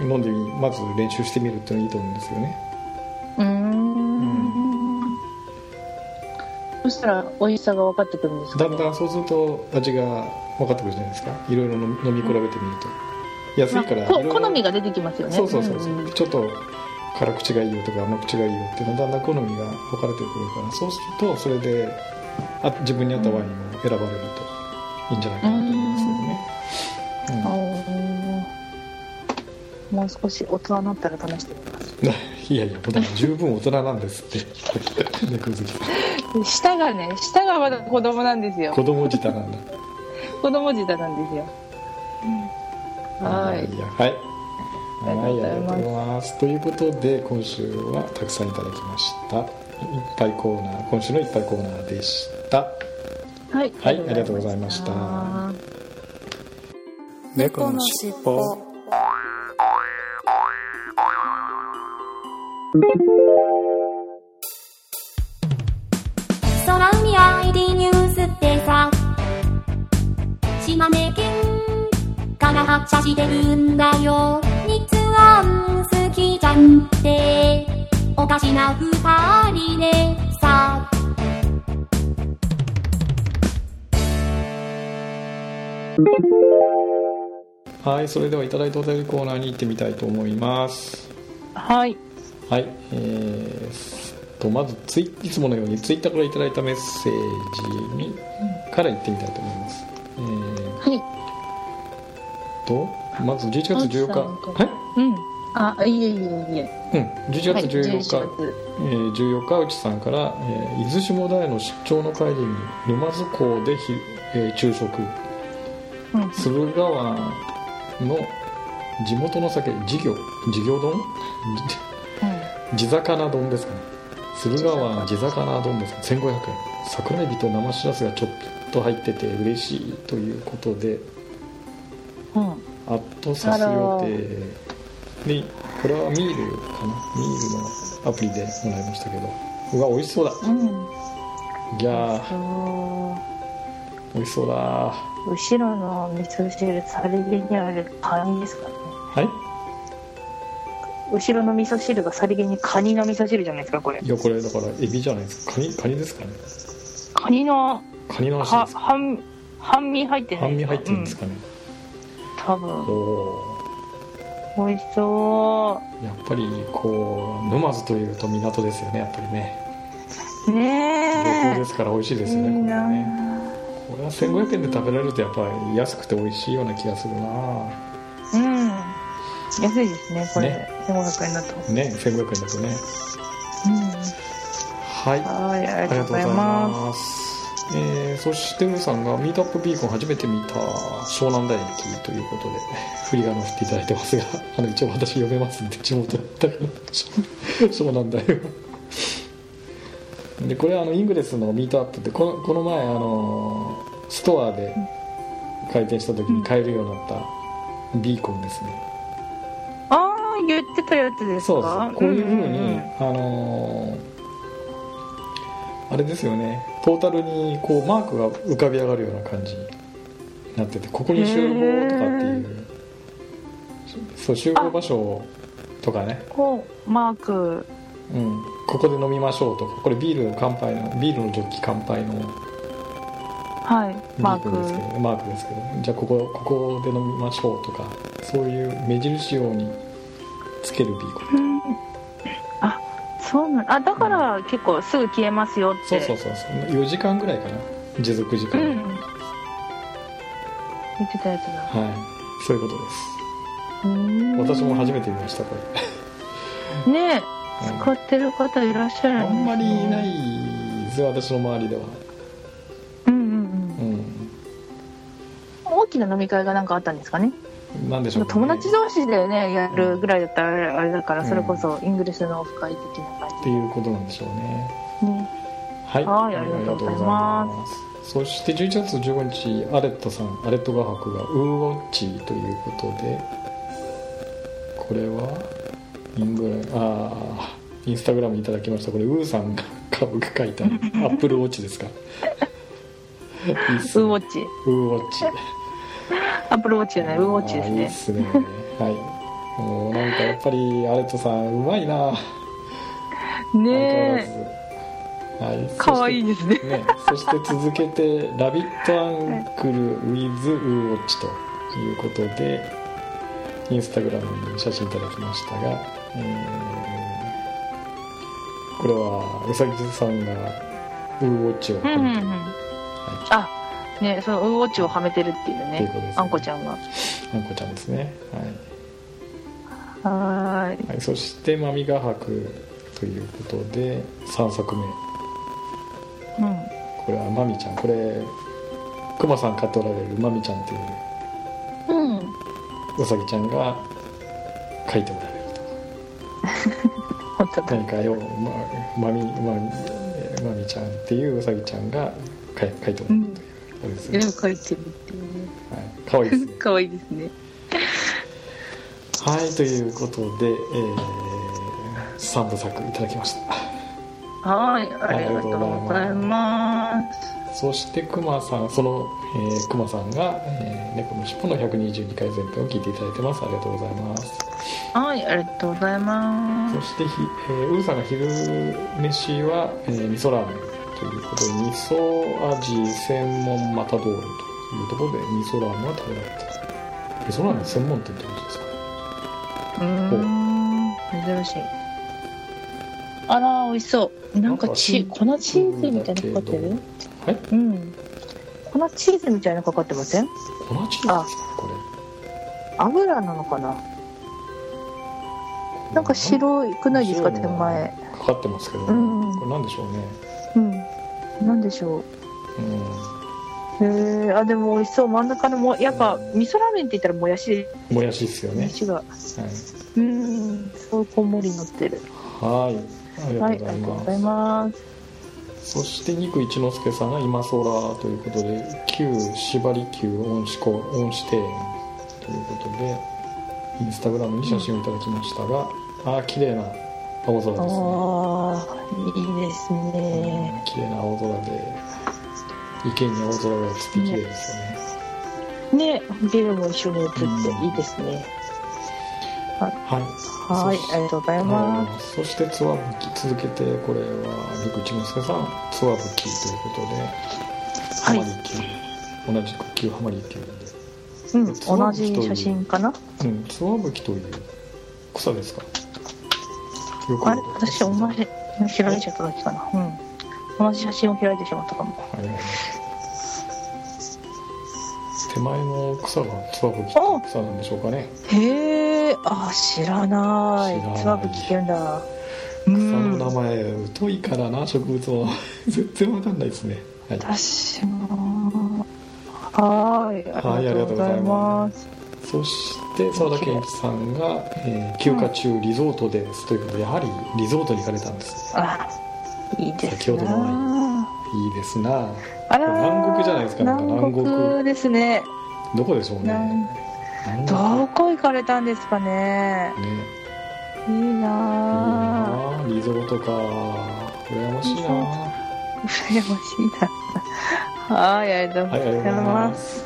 [SPEAKER 1] 飲んでみまず練習してみるっていうのいいと思うんですよね
[SPEAKER 2] うーんそしたら美味しさが分かってくるんです
[SPEAKER 1] だ
[SPEAKER 2] か、
[SPEAKER 1] ん
[SPEAKER 2] ね、
[SPEAKER 1] だんそうすると味が分かってくるじゃないですかいろいろ飲み飲み比べてみると安いから
[SPEAKER 2] まあこ
[SPEAKER 1] いろいろ
[SPEAKER 2] 好みが出てきますよね
[SPEAKER 1] そうそうそうそう、
[SPEAKER 2] んん
[SPEAKER 1] ちょっと辛口がいいよとか甘口がいいよっていうのだんだん好みが分かれてくるからそうするとそれであ自分に合ったワインを選ばれるといいんじゃないかなと思いますけどね、うん
[SPEAKER 2] おーもう少し大人になったら試してみます
[SPEAKER 1] いやいやだから十分大人なんですって 猫好き
[SPEAKER 2] 舌がね舌がまだ子供なんですよ
[SPEAKER 1] 子供舌なんだ
[SPEAKER 2] 子供舌なんですよはい
[SPEAKER 1] いやはい
[SPEAKER 2] ありがとうござ
[SPEAKER 1] は
[SPEAKER 2] います
[SPEAKER 1] とうございますということで今週はたくさんいただきましたいっぱいコーナー今週のいっぱいコーナーでした
[SPEAKER 2] はい、
[SPEAKER 1] はいありがとうございました猫のしっぽ
[SPEAKER 3] 空海 ID ニュースってさ島根県から発車してるんだよ日安好きじゃんっておかしな二人でさ
[SPEAKER 1] はいそれではいただいたお便りコーナーに行ってみたいと思います
[SPEAKER 2] はい
[SPEAKER 1] はいえーすとまずツイいつものようにツイッターからいただいたメッセージにから行ってみたいと思いますえー
[SPEAKER 2] はい
[SPEAKER 1] とまず11月14日
[SPEAKER 2] あそう
[SPEAKER 1] はい
[SPEAKER 2] うんあいえいえいえ
[SPEAKER 1] うん、11
[SPEAKER 2] はい
[SPEAKER 1] 月14日、
[SPEAKER 2] 11月
[SPEAKER 1] えー14日内さんから、えー伊豆下田への出張の帰りに沼津港でひ、えー昼食
[SPEAKER 2] うん
[SPEAKER 1] 駿河湾の地元の酒事業事業丼じ地魚丼ですかね駿河湾地魚丼ですね1500円桜エビと生しらすがちょっと入ってて嬉しいということで
[SPEAKER 2] うん、うん
[SPEAKER 1] あとさす予定でこれはミールかなミールのアプリでもらいましたけどうわ美味しそうだ
[SPEAKER 2] うん、
[SPEAKER 1] いやー
[SPEAKER 2] そう
[SPEAKER 1] 美味しそうだは
[SPEAKER 2] 後ろの味噌汁さりげにあるカニですかね
[SPEAKER 1] い
[SPEAKER 2] 後ろの味噌汁がさりげにカニの味噌汁じゃないですかこれ
[SPEAKER 1] いやこれだからエビじゃないですかカニカニですかね
[SPEAKER 2] カニの
[SPEAKER 1] カニの足
[SPEAKER 2] は
[SPEAKER 1] ですか
[SPEAKER 2] 半半身入ってない
[SPEAKER 1] 半身入ってるんですかね、
[SPEAKER 2] うん多
[SPEAKER 1] お
[SPEAKER 2] 分
[SPEAKER 1] お
[SPEAKER 2] 美味しそ
[SPEAKER 1] ーやっぱりこう沼津というと港ですよねやっぱりね
[SPEAKER 2] う
[SPEAKER 1] 旅行
[SPEAKER 2] ね
[SPEAKER 1] ですから美味しい
[SPEAKER 2] え
[SPEAKER 1] で
[SPEAKER 2] い
[SPEAKER 1] すよね
[SPEAKER 2] い
[SPEAKER 1] これは
[SPEAKER 2] な
[SPEAKER 1] ねこれは1500円で食べられるとやっぱり安くて美味しいような気がするな
[SPEAKER 2] うん安いですねこれ
[SPEAKER 1] ね
[SPEAKER 2] 1500円だと、
[SPEAKER 1] ね1500円だとね
[SPEAKER 2] うん、
[SPEAKER 1] はい
[SPEAKER 2] はいあ
[SPEAKER 1] あ
[SPEAKER 2] りがとうございます
[SPEAKER 1] す。えー、そしてルーさんが「ミートアップビーコン初めて見た湘南台駅」ということで振り仮名振っていただいてますがあの一応私読めますんで地元だったから湘南台は でこれはあのイングレスのミートアップってこのこの前あのストアで開店した時に買えるようになったビーコンですね、
[SPEAKER 2] ああ言ってたやつです
[SPEAKER 1] そうです
[SPEAKER 2] か
[SPEAKER 1] こういうふうに、
[SPEAKER 2] んんん
[SPEAKER 1] あのーあれですよねトータルにこうマークが浮かび上がるような感じになっててここに集合とかっていうそう集合場所とかね、
[SPEAKER 2] こうマーク
[SPEAKER 1] うん、ここで飲みましょうとかこれビール乾杯のビールのジョッキ乾杯の
[SPEAKER 2] はいマー
[SPEAKER 1] ビールですけ
[SPEAKER 2] ク
[SPEAKER 1] どマークですけどじゃあここここで飲みましょうとかそういう目印用につけるビーコン
[SPEAKER 2] うんあそうなんあだから結構すぐ消えますよっ
[SPEAKER 1] そう
[SPEAKER 2] て
[SPEAKER 1] そうそうそう4時間ぐらいかな持続時間、
[SPEAKER 2] ん言ってたやつだ
[SPEAKER 1] はいそういうことです
[SPEAKER 2] うん
[SPEAKER 1] 私も初めて見ましたこれ
[SPEAKER 2] ねえ
[SPEAKER 1] うん
[SPEAKER 2] 使ってる方いらっしゃる
[SPEAKER 1] あ
[SPEAKER 2] ですね
[SPEAKER 1] んまりいないですよ私の周りでは
[SPEAKER 2] うんうん
[SPEAKER 1] う
[SPEAKER 2] うん大きな飲み会がなんかあったんですかね
[SPEAKER 1] んなんでしょう、ね、
[SPEAKER 2] 友達
[SPEAKER 1] っ
[SPEAKER 2] 同士でねやるぐらいだったらあれだからそれこそイングリッシュのオフ会的な感
[SPEAKER 1] ていうことなんでしょうね
[SPEAKER 2] じね
[SPEAKER 1] はい、。
[SPEAKER 2] はいありがとうございます
[SPEAKER 1] そして11月15日、アレットさん、アレット画伯がウーウォッチということで、これはイングラあーインスタグラムいただきました。これウーさんが株が書いたアップルウォッチです か。ウー
[SPEAKER 2] ウーウォッチ
[SPEAKER 1] ウーウォッチ。
[SPEAKER 2] アップルウォッチじゃないウーウォッチです
[SPEAKER 1] あーいい
[SPEAKER 2] ね
[SPEAKER 1] っすね。はい。もうなんかやっぱりアレットさんうまいな。
[SPEAKER 2] ねえ
[SPEAKER 1] 相変わらず。はい。
[SPEAKER 2] 可愛いですね
[SPEAKER 1] ね、そして続けて「ラビットアンクル with ウーウォッチ」ということでインスタグラムに写真いただきましたが、えーこれはうさぎさんがウーウォッチを
[SPEAKER 2] うん
[SPEAKER 1] は
[SPEAKER 2] うんう
[SPEAKER 1] めて
[SPEAKER 2] んあねそのウーウォッチをはめてるっていうね
[SPEAKER 1] っていうことですね
[SPEAKER 2] あんこちゃんが
[SPEAKER 1] あんこちゃんですね、はい
[SPEAKER 2] はーい
[SPEAKER 1] はい、そして「マミ画伯」ということで3作目これはマミちゃんこれクマさん買っておられるマミちゃんという
[SPEAKER 2] うん、うん、
[SPEAKER 1] うさぎちゃんが書いておられると。
[SPEAKER 2] 本当だ
[SPEAKER 1] 何かよままみまみえーまみちゃんっていううさぎちゃんがかい書いてもらったということですね、
[SPEAKER 2] 絵を描いてるっていうね
[SPEAKER 1] はい、かわいいですね
[SPEAKER 2] 可愛いですね
[SPEAKER 1] はいということで、えー、3部作いただきました
[SPEAKER 2] はーいありがとうございます
[SPEAKER 1] そしてくまさんその、えー、くまさんが、えー猫のしっぽの122回前編を聞いていただいてますありがとうございます
[SPEAKER 2] はいありがとうございます
[SPEAKER 1] そしてひ、えー、ウーさんが昼飯は、えー味噌ラーメンということで味噌味専門マタドールというところで味噌ラーメンは食べられてる味噌ラーメン専門店ってことですか
[SPEAKER 2] うーん珍しいあら美味しそうなんかチ粉チーズみたいなのかかってる
[SPEAKER 1] はい
[SPEAKER 2] うん粉チーズみたいなのかかってません
[SPEAKER 1] 粉チーズですかこれ
[SPEAKER 2] 油なのかななんか白くないですか手前
[SPEAKER 1] かかってますけど、
[SPEAKER 2] うん
[SPEAKER 1] これなんでしょうね
[SPEAKER 2] うんなんでしょ
[SPEAKER 1] うん
[SPEAKER 2] うへえあでも美味しそう真ん中のもやっぱ味噌ラーメンって言ったらもやしで
[SPEAKER 1] もやしですよ
[SPEAKER 2] もや
[SPEAKER 1] ね
[SPEAKER 2] しが
[SPEAKER 1] はい
[SPEAKER 2] うんそうこんもり乗ってる
[SPEAKER 1] はい
[SPEAKER 2] は
[SPEAKER 1] あ
[SPEAKER 2] いあ
[SPEAKER 1] り
[SPEAKER 2] り
[SPEAKER 1] が
[SPEAKER 2] が
[SPEAKER 1] とう
[SPEAKER 2] とう
[SPEAKER 1] ご
[SPEAKER 2] ご
[SPEAKER 1] ざ
[SPEAKER 2] ざ
[SPEAKER 1] い
[SPEAKER 2] い
[SPEAKER 1] ます
[SPEAKER 2] ます
[SPEAKER 1] そして肉一之輔さんが今空ということで旧縛り旧恩師公恩師庭園ということでインスタグラムに写真をいただきましたが、ああ綺麗な青空
[SPEAKER 2] あ
[SPEAKER 1] ですね
[SPEAKER 2] あーいいですね
[SPEAKER 1] 綺麗な青空で池に青空が映って綺麗ですよね
[SPEAKER 2] ねビルも一緒に映っていいですね
[SPEAKER 1] はい
[SPEAKER 2] はい
[SPEAKER 1] そし
[SPEAKER 2] ありがとうございます
[SPEAKER 1] あーそしてつわぶき続けてこれは肉一之輔さんつわぶきということでハ
[SPEAKER 2] い
[SPEAKER 1] マリ級同じく旧ハマリ級で
[SPEAKER 2] うん、同じ写真かな。
[SPEAKER 1] うん、つわぶきという草ですか。よく
[SPEAKER 2] あれ、私、同じ、開いちゃっただけかな。うん。同じ写真を開いてしまったかも。
[SPEAKER 1] はいはい手前の草がつわぶきって
[SPEAKER 2] お
[SPEAKER 1] 草なんでしょうかね。
[SPEAKER 2] へえ、あ、知らない
[SPEAKER 1] 知らない
[SPEAKER 2] つばぶきって言うんだ。う
[SPEAKER 1] 草の
[SPEAKER 2] ん。
[SPEAKER 1] 名前疎いからな植物の 全然わかんないですね。はい。
[SPEAKER 2] 私も。はーい、
[SPEAKER 1] は
[SPEAKER 2] あ
[SPEAKER 1] い
[SPEAKER 2] りがとうございます。
[SPEAKER 1] そして澤田健一さんが、えー休暇中リゾートですということでやはりリゾートに行かれたんです。
[SPEAKER 2] あ、いいです
[SPEAKER 1] 先ほどの
[SPEAKER 2] な。
[SPEAKER 1] いいですな。
[SPEAKER 2] あらー、
[SPEAKER 1] 南国じゃないですかなんか南
[SPEAKER 2] 南
[SPEAKER 1] 国
[SPEAKER 2] 国ですね。
[SPEAKER 1] どこでしょうね。なんだろ
[SPEAKER 2] どこ行かれたんですかね。
[SPEAKER 1] うね。
[SPEAKER 2] いい
[SPEAKER 1] いい
[SPEAKER 2] なー。
[SPEAKER 1] なあリゾートか羨ましいなは
[SPEAKER 2] 羨ましいな。はい、ありがとう
[SPEAKER 1] いありがと
[SPEAKER 2] ご
[SPEAKER 1] うご
[SPEAKER 2] ざ
[SPEAKER 1] ざ
[SPEAKER 2] い
[SPEAKER 1] い
[SPEAKER 2] ま。
[SPEAKER 1] ますす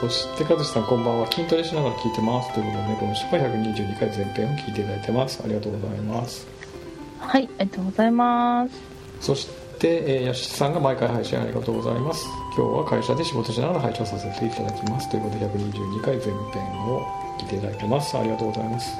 [SPEAKER 1] そして和志さんこんばんは筋トレしながら聞いてますということでこの失敗122回前編を聞いていただいてますありがとうございます
[SPEAKER 2] はい、ありがとうございます。
[SPEAKER 1] そしてで、えー、吉さんが毎回配信ありがとうございます今日は会社で仕事しながら拝聴させていただきますということで122回前編を聞いていただいてますありがとうございます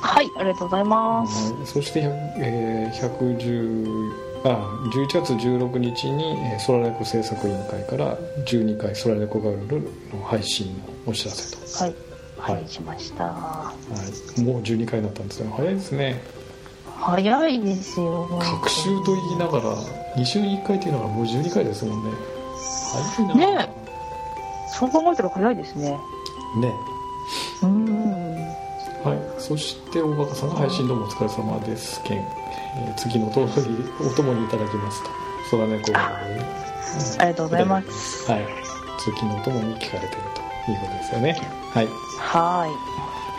[SPEAKER 2] はいありがとうございます、
[SPEAKER 1] はいそして、えー110あ11月16日に、えーソラレコ制作委員会から12回ソラレコガールの配信のお知らせと、
[SPEAKER 2] はい
[SPEAKER 1] はい
[SPEAKER 2] はいしました
[SPEAKER 1] はい、もう12回になったんですよ早いですね
[SPEAKER 2] 早いですよ
[SPEAKER 1] 隔週と言いながら2週に1回っていうのがもう12回ですもんね早いな
[SPEAKER 2] ねそう考えたら早いですね
[SPEAKER 1] ね
[SPEAKER 2] うん
[SPEAKER 1] はいそして大バカさんが配信どうもお疲れ様ですけん、えー次のお供にお供にいただきますとそら猫が
[SPEAKER 2] ありがとうございます
[SPEAKER 1] はい次のお供に聞かれてるということですよねはい
[SPEAKER 2] は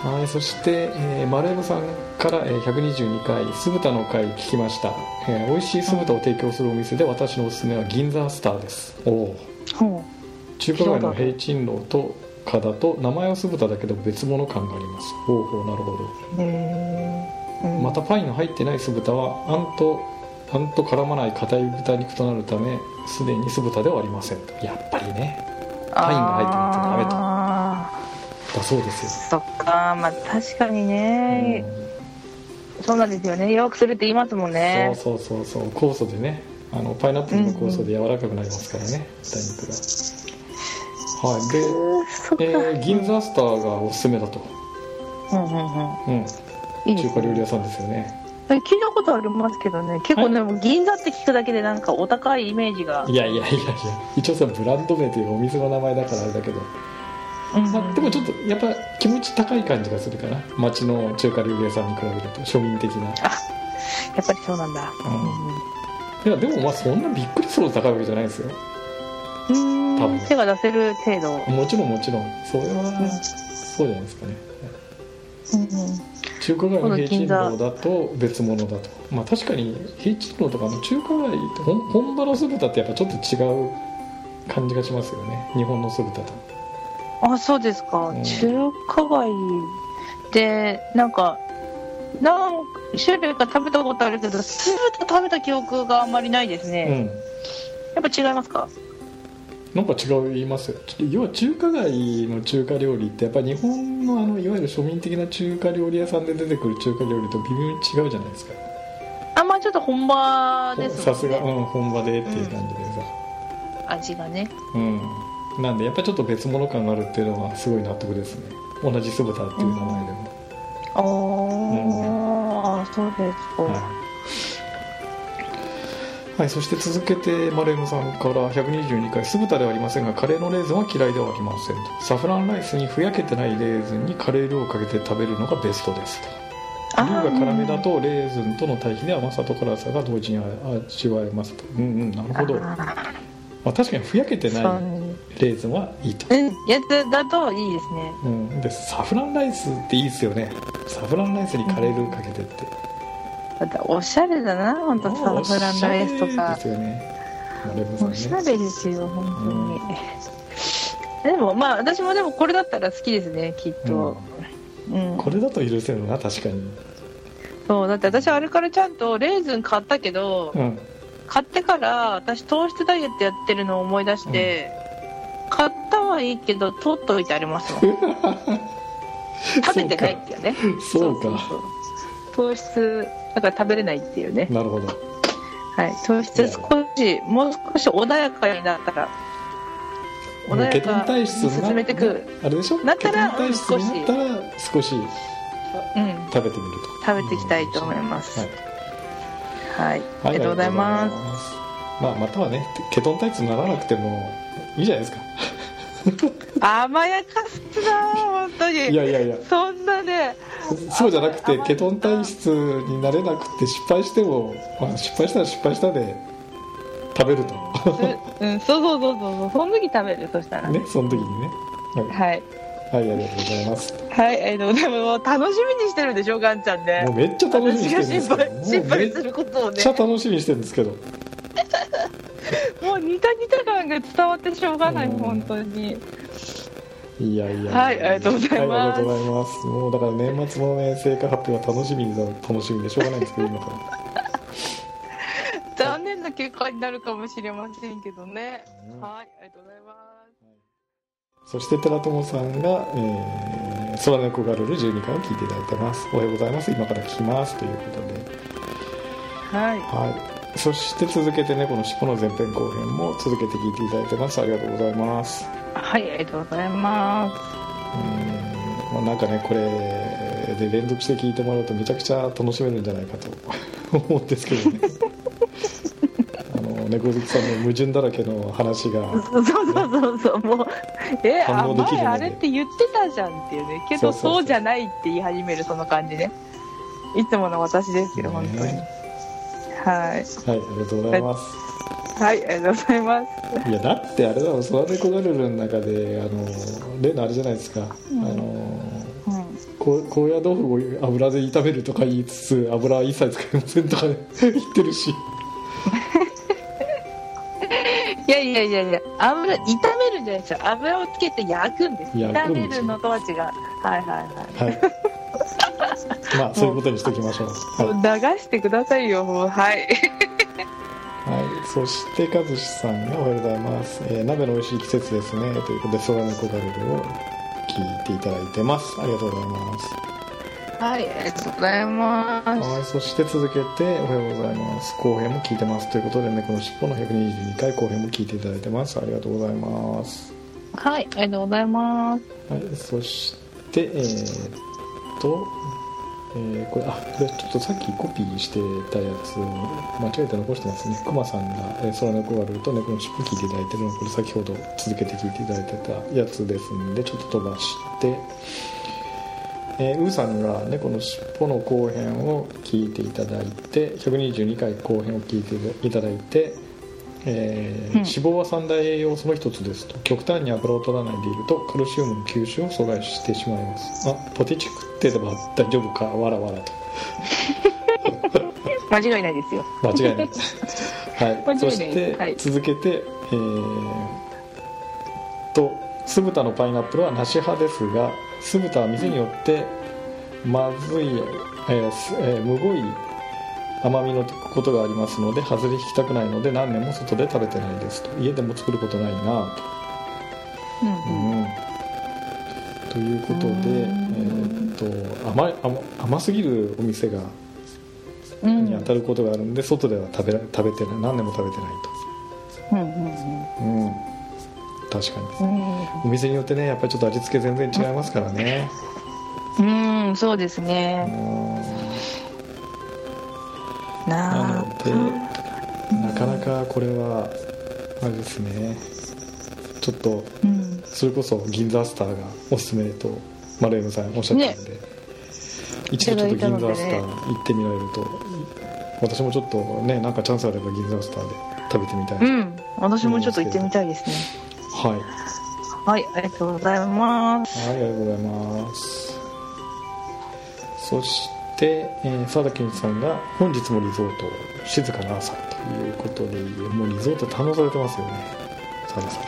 [SPEAKER 1] はい、そして、えー、丸山さんから、えー122回酢豚の回聞きました、えー美味しい酢豚を提供するお店で私のおすすめは銀座スターですおお
[SPEAKER 2] いほ
[SPEAKER 1] 中華街の平鎮楼とかだと名前は酢豚だけど別物感がありますおうおうなるほど
[SPEAKER 2] うへえ
[SPEAKER 1] またパイの入ってない酢豚はあんとあんと絡まない硬い豚肉となるためすでに酢豚ではありませんとやっぱりねパインが入ってないとダメと
[SPEAKER 2] あ
[SPEAKER 1] だそうですよ
[SPEAKER 2] ーそっかまあ確かにね、
[SPEAKER 1] うん
[SPEAKER 2] そうなんですよね弱くするって言いますもんね
[SPEAKER 1] そうそうそうそう酵素でねあのパイナップルの酵素で柔らかくなりますからね、豚肉がはいで、
[SPEAKER 2] そっか、
[SPEAKER 1] えー銀座スターがおすすめだと、
[SPEAKER 2] うんうんうん
[SPEAKER 1] うん、
[SPEAKER 2] いいで
[SPEAKER 1] 中
[SPEAKER 2] す
[SPEAKER 1] 華料理
[SPEAKER 2] ね
[SPEAKER 1] 屋さんですよね
[SPEAKER 2] 聞いたことありますけどね結構ね、もう銀座って聞くだけでなんかお高いイメージが
[SPEAKER 1] いやいやいやいや一応さブランド名というお店の名前だからあれだけど、まあ、でもちょっとやっぱ気持ち高い感じがするかな街の中華料理屋さんに比べると庶民的な
[SPEAKER 2] やっぱりそうなんだ
[SPEAKER 1] いやでもまあそんなびっくりするほど高いわけじゃないですよ
[SPEAKER 2] うん
[SPEAKER 1] 多
[SPEAKER 2] う
[SPEAKER 1] 分
[SPEAKER 2] ん手が出せる程度
[SPEAKER 1] もちろんもちろんそれは、
[SPEAKER 2] うん
[SPEAKER 1] そうじゃないですかね
[SPEAKER 2] う
[SPEAKER 1] 中華街の平鎮楼だと別物だとまあ確かに平鎮楼とかの中華街ってほん本場の酢豚ってやっぱちょっと違う感じがしますよね日本の酢豚と
[SPEAKER 2] ん、あそうですか、
[SPEAKER 1] うん
[SPEAKER 2] 中華街でなんか何種類か食べたことあるけど酢豚食べた記憶があんまりないです
[SPEAKER 1] う
[SPEAKER 2] ね、
[SPEAKER 1] ん
[SPEAKER 2] やっぱ違いますか
[SPEAKER 1] なんか違う言いますよちょ要は中華街の中華料理ってやっぱ日本のあのいわゆる庶民的な中華料理屋さんで出てくる中華料理と微妙に違うじゃないですか
[SPEAKER 2] あんまあちょっと本場ですもんね
[SPEAKER 1] さすが、うん、本場でっていう感じでさ、
[SPEAKER 2] 味がね
[SPEAKER 1] うん、なんでやっぱりちょっと別物感があるっていうのはすごい納得ですね同じ酢豚っていう名前でも、
[SPEAKER 2] ああそうですか、
[SPEAKER 1] はい、はい、そして続けて丸山さんから122回酢豚ではありませんがカレーのレーズンは嫌いではありませんとサフランライスにふやけてないレーズンにカレールーをかけて食べるのがベストですと
[SPEAKER 2] あ
[SPEAKER 1] ルーが辛めだとレーズンとの対比で甘さと辛さが同時に味わえますとうんうんなるほど、ま
[SPEAKER 2] あ
[SPEAKER 1] あ、確かにふやけて
[SPEAKER 2] ー
[SPEAKER 1] ない
[SPEAKER 2] そうね
[SPEAKER 1] レーズンはいいと
[SPEAKER 2] うんやつだといいですね
[SPEAKER 1] うん、でサフランライスっていいですよねサフランライスにカレールーかけてって
[SPEAKER 2] だっておしゃれだな本当サフランライスとか
[SPEAKER 1] おしゃれですよね丸山さん
[SPEAKER 2] お
[SPEAKER 1] ね
[SPEAKER 2] しゃれですよ本当に、でもまあ私もでもこれだったら好きですねきっと、うん
[SPEAKER 1] これだと許せるな確かに
[SPEAKER 2] そうだって私あれからちゃんとレーズン買ったけど、
[SPEAKER 1] うん
[SPEAKER 2] 買ってから私糖質ダイエットやってるのを思い出して、買ったはいいけど取っといてありますもん食べてないっていうね
[SPEAKER 1] そうか
[SPEAKER 2] そう糖質だから食べれないっていうね、
[SPEAKER 1] なるほど
[SPEAKER 2] はい、糖質少しもう少し穏やかになったら穏
[SPEAKER 1] もう
[SPEAKER 2] や
[SPEAKER 1] ケトン
[SPEAKER 2] か
[SPEAKER 1] 体
[SPEAKER 2] に
[SPEAKER 1] 質にな
[SPEAKER 2] 進めてく
[SPEAKER 1] あれでしょ
[SPEAKER 2] なったら
[SPEAKER 1] ケトン体質になったら少し
[SPEAKER 2] うん
[SPEAKER 1] 食べてみると
[SPEAKER 2] 食べていきたいと思います
[SPEAKER 1] はい
[SPEAKER 2] はい、あ
[SPEAKER 1] は
[SPEAKER 2] りがとうございます。
[SPEAKER 1] すまあまたはねケトン体質にならなくてもいいじゃないですか
[SPEAKER 2] 甘やかすなあ、本当に。
[SPEAKER 1] いやいやいや
[SPEAKER 2] そんなね、
[SPEAKER 1] そうじゃなくて
[SPEAKER 2] 甘い
[SPEAKER 1] ケトン体質になれなくて失敗しても、まあ、失敗したら失敗したで食べると
[SPEAKER 2] ううん、そうそうそうそうそう、その時食べる、そしたら。
[SPEAKER 1] ねその時にねは
[SPEAKER 2] はい、
[SPEAKER 1] い、はい、ありがとうございます
[SPEAKER 2] はい、ありがとうございます。もう楽しみにしてるんでしょガンちゃんね
[SPEAKER 1] もう。めっちゃ楽しみに
[SPEAKER 2] 私
[SPEAKER 1] して
[SPEAKER 2] が
[SPEAKER 1] るんで
[SPEAKER 2] 心
[SPEAKER 1] すけ
[SPEAKER 2] 配
[SPEAKER 1] ど、もうめ
[SPEAKER 2] 心配す
[SPEAKER 1] っ
[SPEAKER 2] ることをね
[SPEAKER 1] ちゃ、楽しみにしてるんですけど
[SPEAKER 2] もう似た似た感が伝わってしょうがない、
[SPEAKER 1] うん
[SPEAKER 2] 本当に。
[SPEAKER 1] いやいや
[SPEAKER 2] はいありがとうございま
[SPEAKER 1] はいあ
[SPEAKER 2] す
[SPEAKER 1] りがとうございますもうだから年末のね成果発表は楽しみだ楽しみでしょうがないんですけど今から
[SPEAKER 2] 残念変な結果になるかもしれませんけどね。
[SPEAKER 1] うん
[SPEAKER 2] はい、ありがとうございます。
[SPEAKER 1] そして寺友さんが「えー、空猫ガルル12回」を聞いていただいてますおはようございます今から聞きますということで
[SPEAKER 2] はい。
[SPEAKER 1] はい、そして続けてねこの尻尾の前編後編も続けて聞いていただいてますありがとうございます
[SPEAKER 2] はい、ありがとうございま
[SPEAKER 1] うーん、まあ、なんかねこれで連続して聞いてもらうとめちゃくちゃ楽しめるんじゃないかと 思うんですけ どねあの猫好きさんの矛盾だらけの話が
[SPEAKER 2] す。そうそうそうそう、もう、え、あ、
[SPEAKER 1] 反応できる
[SPEAKER 2] 前
[SPEAKER 1] の
[SPEAKER 2] あ
[SPEAKER 1] で
[SPEAKER 2] れって言ってたじゃんっていうね。けど、
[SPEAKER 1] そうそうそう
[SPEAKER 2] そうじゃないって言い始める、その感じね。いつもの私ですよ、本当に。
[SPEAKER 1] ね
[SPEAKER 2] はい。
[SPEAKER 1] はいありがとうございます
[SPEAKER 2] はい、ありがとうございます。
[SPEAKER 1] いやだってあれだろ「空猫ガルル」の中であの例のあれじゃないですか、
[SPEAKER 2] うん
[SPEAKER 1] あの
[SPEAKER 2] うん
[SPEAKER 1] こう高野豆腐を油で炒めるとか言いつつ油は一切使いませんとか、ね、 言ってるし
[SPEAKER 2] いやいやいやいや、油、炒めるんじゃないですよ。油をつけて焼くんです。
[SPEAKER 1] 焼
[SPEAKER 2] 炒
[SPEAKER 1] くんです
[SPEAKER 2] めるのとは違う。はいはいはい。
[SPEAKER 1] はい。 まあ、そういうことにしておきましょう。はい。
[SPEAKER 2] 流してくださいよ、もう。は
[SPEAKER 1] は
[SPEAKER 2] い。
[SPEAKER 1] い、そして、和志さんがおはようございます。えー鍋の美味しい季節ですね。ということで、空のコガルルを聞いていただいてます。ありがとうございます。
[SPEAKER 2] はい、ありがとうございます。
[SPEAKER 1] はい、そして続けて、おはようございます。後編も聞いてます。ということで、猫の尻尾の122回後編も聞いていただいてます。ありがとうございます。
[SPEAKER 2] はい、ありがとうございます。
[SPEAKER 1] はい、そして、えー、っと、えーこれ、あ、これちょっとさっきコピーしてたやつを間違えて残してますね。熊さんが、えー、空の声があると猫の尻尾聞いていただいてるのは、これ先ほど続けて聞いていただいてたやつですんで、ちょっと飛ばして、えー、ウーさんが猫の尻尾の後編を聞いていただいて、122回後編を聞いていただいて、えー
[SPEAKER 2] うん
[SPEAKER 1] 脂肪は三大栄養素の一つですと極端に油を取らないでいるとカルシウムの吸収を阻害してしまいますあポテチ食ってれば大丈夫かわらわらと
[SPEAKER 2] 間違いないですよ。
[SPEAKER 1] 間違いない はい
[SPEAKER 2] 間違いない
[SPEAKER 1] そして、
[SPEAKER 2] はい
[SPEAKER 1] 続けてえー、と酢豚のパイナップルは梨派ですが酢豚は店によってまずい、えーすえーむごい甘みのことがありますので外れ引きたくないので何年も外で食べてないですと家でも作ることないなと
[SPEAKER 2] うん
[SPEAKER 1] うんということで、え
[SPEAKER 2] うん
[SPEAKER 1] ーっと甘い甘甘すぎるお店が
[SPEAKER 2] うん。うん
[SPEAKER 1] に当たることがあるんで、外では食べら食べてない何年も食べてない
[SPEAKER 2] うんうん
[SPEAKER 1] と、うん、確かに
[SPEAKER 2] うん
[SPEAKER 1] お店によってねやっぱりちょっと味付け全然違いますからね
[SPEAKER 2] うん。うん、そうです
[SPEAKER 1] うん
[SPEAKER 2] ね。
[SPEAKER 1] な
[SPEAKER 2] な
[SPEAKER 1] のでなかなかこれはあれですねちょっと
[SPEAKER 2] うん。
[SPEAKER 1] それこそ銀座スターがおすすめと丸山さんおっしゃってたんで、一度ちょっと銀座スター行ってみられると、私もちょっとねなんかチャンスあれば銀座スターで食べてみたい、
[SPEAKER 2] う
[SPEAKER 1] はい
[SPEAKER 2] ん。私もちょっと行ってみたいですね。
[SPEAKER 1] は
[SPEAKER 2] はい、ありがとうございます。
[SPEAKER 1] いありがとうございますそして、えー、沢田健一さんが「本日もリゾート静かな朝」ということでもうリゾート堪能されてますよね沢田さ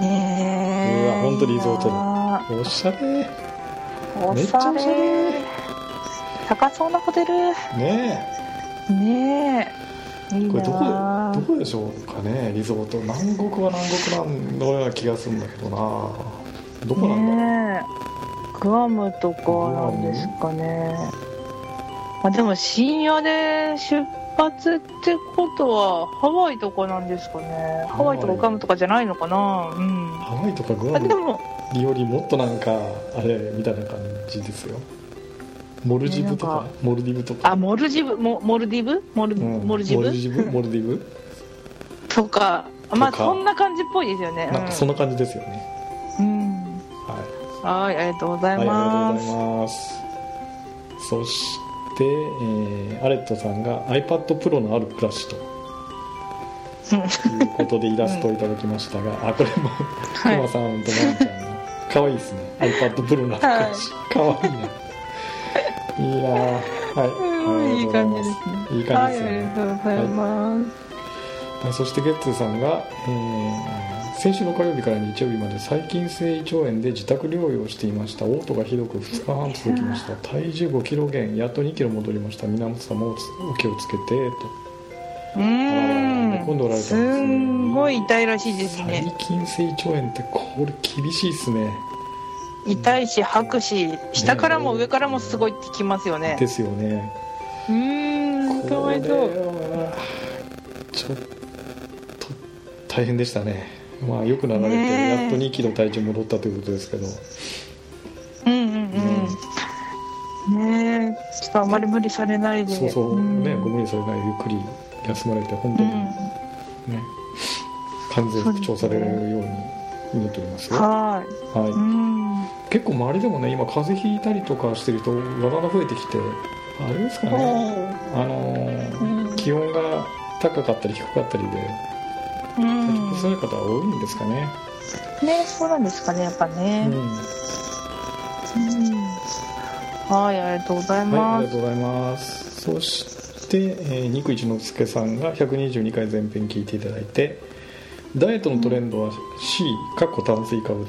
[SPEAKER 2] ねえ。
[SPEAKER 1] うわほんとリゾートだ
[SPEAKER 2] いや
[SPEAKER 1] んおしゃれ
[SPEAKER 2] ー
[SPEAKER 1] めっちゃおしゃれ
[SPEAKER 2] 高そうなホテル。
[SPEAKER 1] ねえ
[SPEAKER 2] ねえ。いい
[SPEAKER 1] これど
[SPEAKER 2] な
[SPEAKER 1] こど
[SPEAKER 2] ー
[SPEAKER 1] こでしょうかねリゾート南国は南国なんのような気がするんだけどなどこなんだろう、
[SPEAKER 2] ねえグアムとかなんですかねあでも深夜で出発ってことはハワイとかなんですかねハワイとかグアムとかじゃないのかなうん
[SPEAKER 1] ハワイとかグ
[SPEAKER 2] あ
[SPEAKER 1] ア
[SPEAKER 2] で
[SPEAKER 1] ム
[SPEAKER 2] も
[SPEAKER 1] よりもっとなんかあれみたいな感じですよモルジブと
[SPEAKER 2] ねな
[SPEAKER 1] か
[SPEAKER 2] んか
[SPEAKER 1] モルディブとか
[SPEAKER 2] あモルジブモモルディブモル,、
[SPEAKER 1] うん
[SPEAKER 2] モルジブ
[SPEAKER 1] モルジブモルディブ
[SPEAKER 2] とかまあ
[SPEAKER 1] とか
[SPEAKER 2] そんな感じっぽいですよね
[SPEAKER 1] なんかそん
[SPEAKER 2] の
[SPEAKER 1] な感じですよね、
[SPEAKER 2] うん
[SPEAKER 1] はい
[SPEAKER 2] はいありがとうござい
[SPEAKER 1] はい、あ
[SPEAKER 2] ま
[SPEAKER 1] りがと
[SPEAKER 2] す、
[SPEAKER 1] うございますそして、えーアレットさんが iPadPro のある暮らしと
[SPEAKER 2] うん
[SPEAKER 1] いうことでイラストをいただきましたが、 あこれも
[SPEAKER 2] は
[SPEAKER 1] クマ
[SPEAKER 2] い
[SPEAKER 1] さんとマミちゃん の可愛いですね iPad プロの話可愛、い、いねいいなはい
[SPEAKER 2] うんいい感じですね
[SPEAKER 1] ねいい感
[SPEAKER 2] は
[SPEAKER 1] じ
[SPEAKER 2] い
[SPEAKER 1] ですよ
[SPEAKER 2] あり
[SPEAKER 1] ね
[SPEAKER 2] が、とうございます、
[SPEAKER 1] はいそしてゲッツーさんが、えー先週の火曜日から日曜日まで細菌性胃腸炎で自宅療養していました嘔吐がひどく2日半続きました体重5キロ減やっと2キロ戻りました皆さんもお気をつけてと
[SPEAKER 2] うーん
[SPEAKER 1] で今度おられた
[SPEAKER 2] す
[SPEAKER 1] んですね
[SPEAKER 2] んごい痛いらしいです
[SPEAKER 1] 細
[SPEAKER 2] ね
[SPEAKER 1] 菌性腸炎ってこれ厳しいですね
[SPEAKER 2] 痛いし吐くし下からも上からもすごいってきますよね
[SPEAKER 1] ですよね
[SPEAKER 2] うーんかわいそ
[SPEAKER 1] こ
[SPEAKER 2] う
[SPEAKER 1] れはちょっと大変でしたねまあよくなられて
[SPEAKER 2] ねえ
[SPEAKER 1] やっと2キロ体重戻ったということですけど、
[SPEAKER 2] うんうんうんねえちょっとあまり無理されないで
[SPEAKER 1] そうそう
[SPEAKER 2] うん
[SPEAKER 1] ねご無理されないゆっくり休まれて本
[SPEAKER 2] う
[SPEAKER 1] 当にね
[SPEAKER 2] ん、
[SPEAKER 1] 完全復調されるように祈っておりますよ、
[SPEAKER 2] は
[SPEAKER 1] はい
[SPEAKER 2] いうん
[SPEAKER 1] 結構周りでもね今風邪ひいたりとかしてる人がだんだん増えてきてあれですかね
[SPEAKER 2] お
[SPEAKER 1] あのー
[SPEAKER 2] ー
[SPEAKER 1] 気温が高かったり低かったりで
[SPEAKER 2] う
[SPEAKER 1] 体
[SPEAKER 2] ん
[SPEAKER 1] 調崩される方は多いんですかね、
[SPEAKER 2] ねそうなんですかねやっぱ
[SPEAKER 1] うん
[SPEAKER 2] ねうんはいありがとうござ
[SPEAKER 1] は
[SPEAKER 2] い
[SPEAKER 1] いあ
[SPEAKER 2] ま
[SPEAKER 1] り
[SPEAKER 2] す
[SPEAKER 1] がとうございますそして、えー肉一之輔さんが122回前編聞いていただいてダイエットのトレンドは C かっこ炭水化物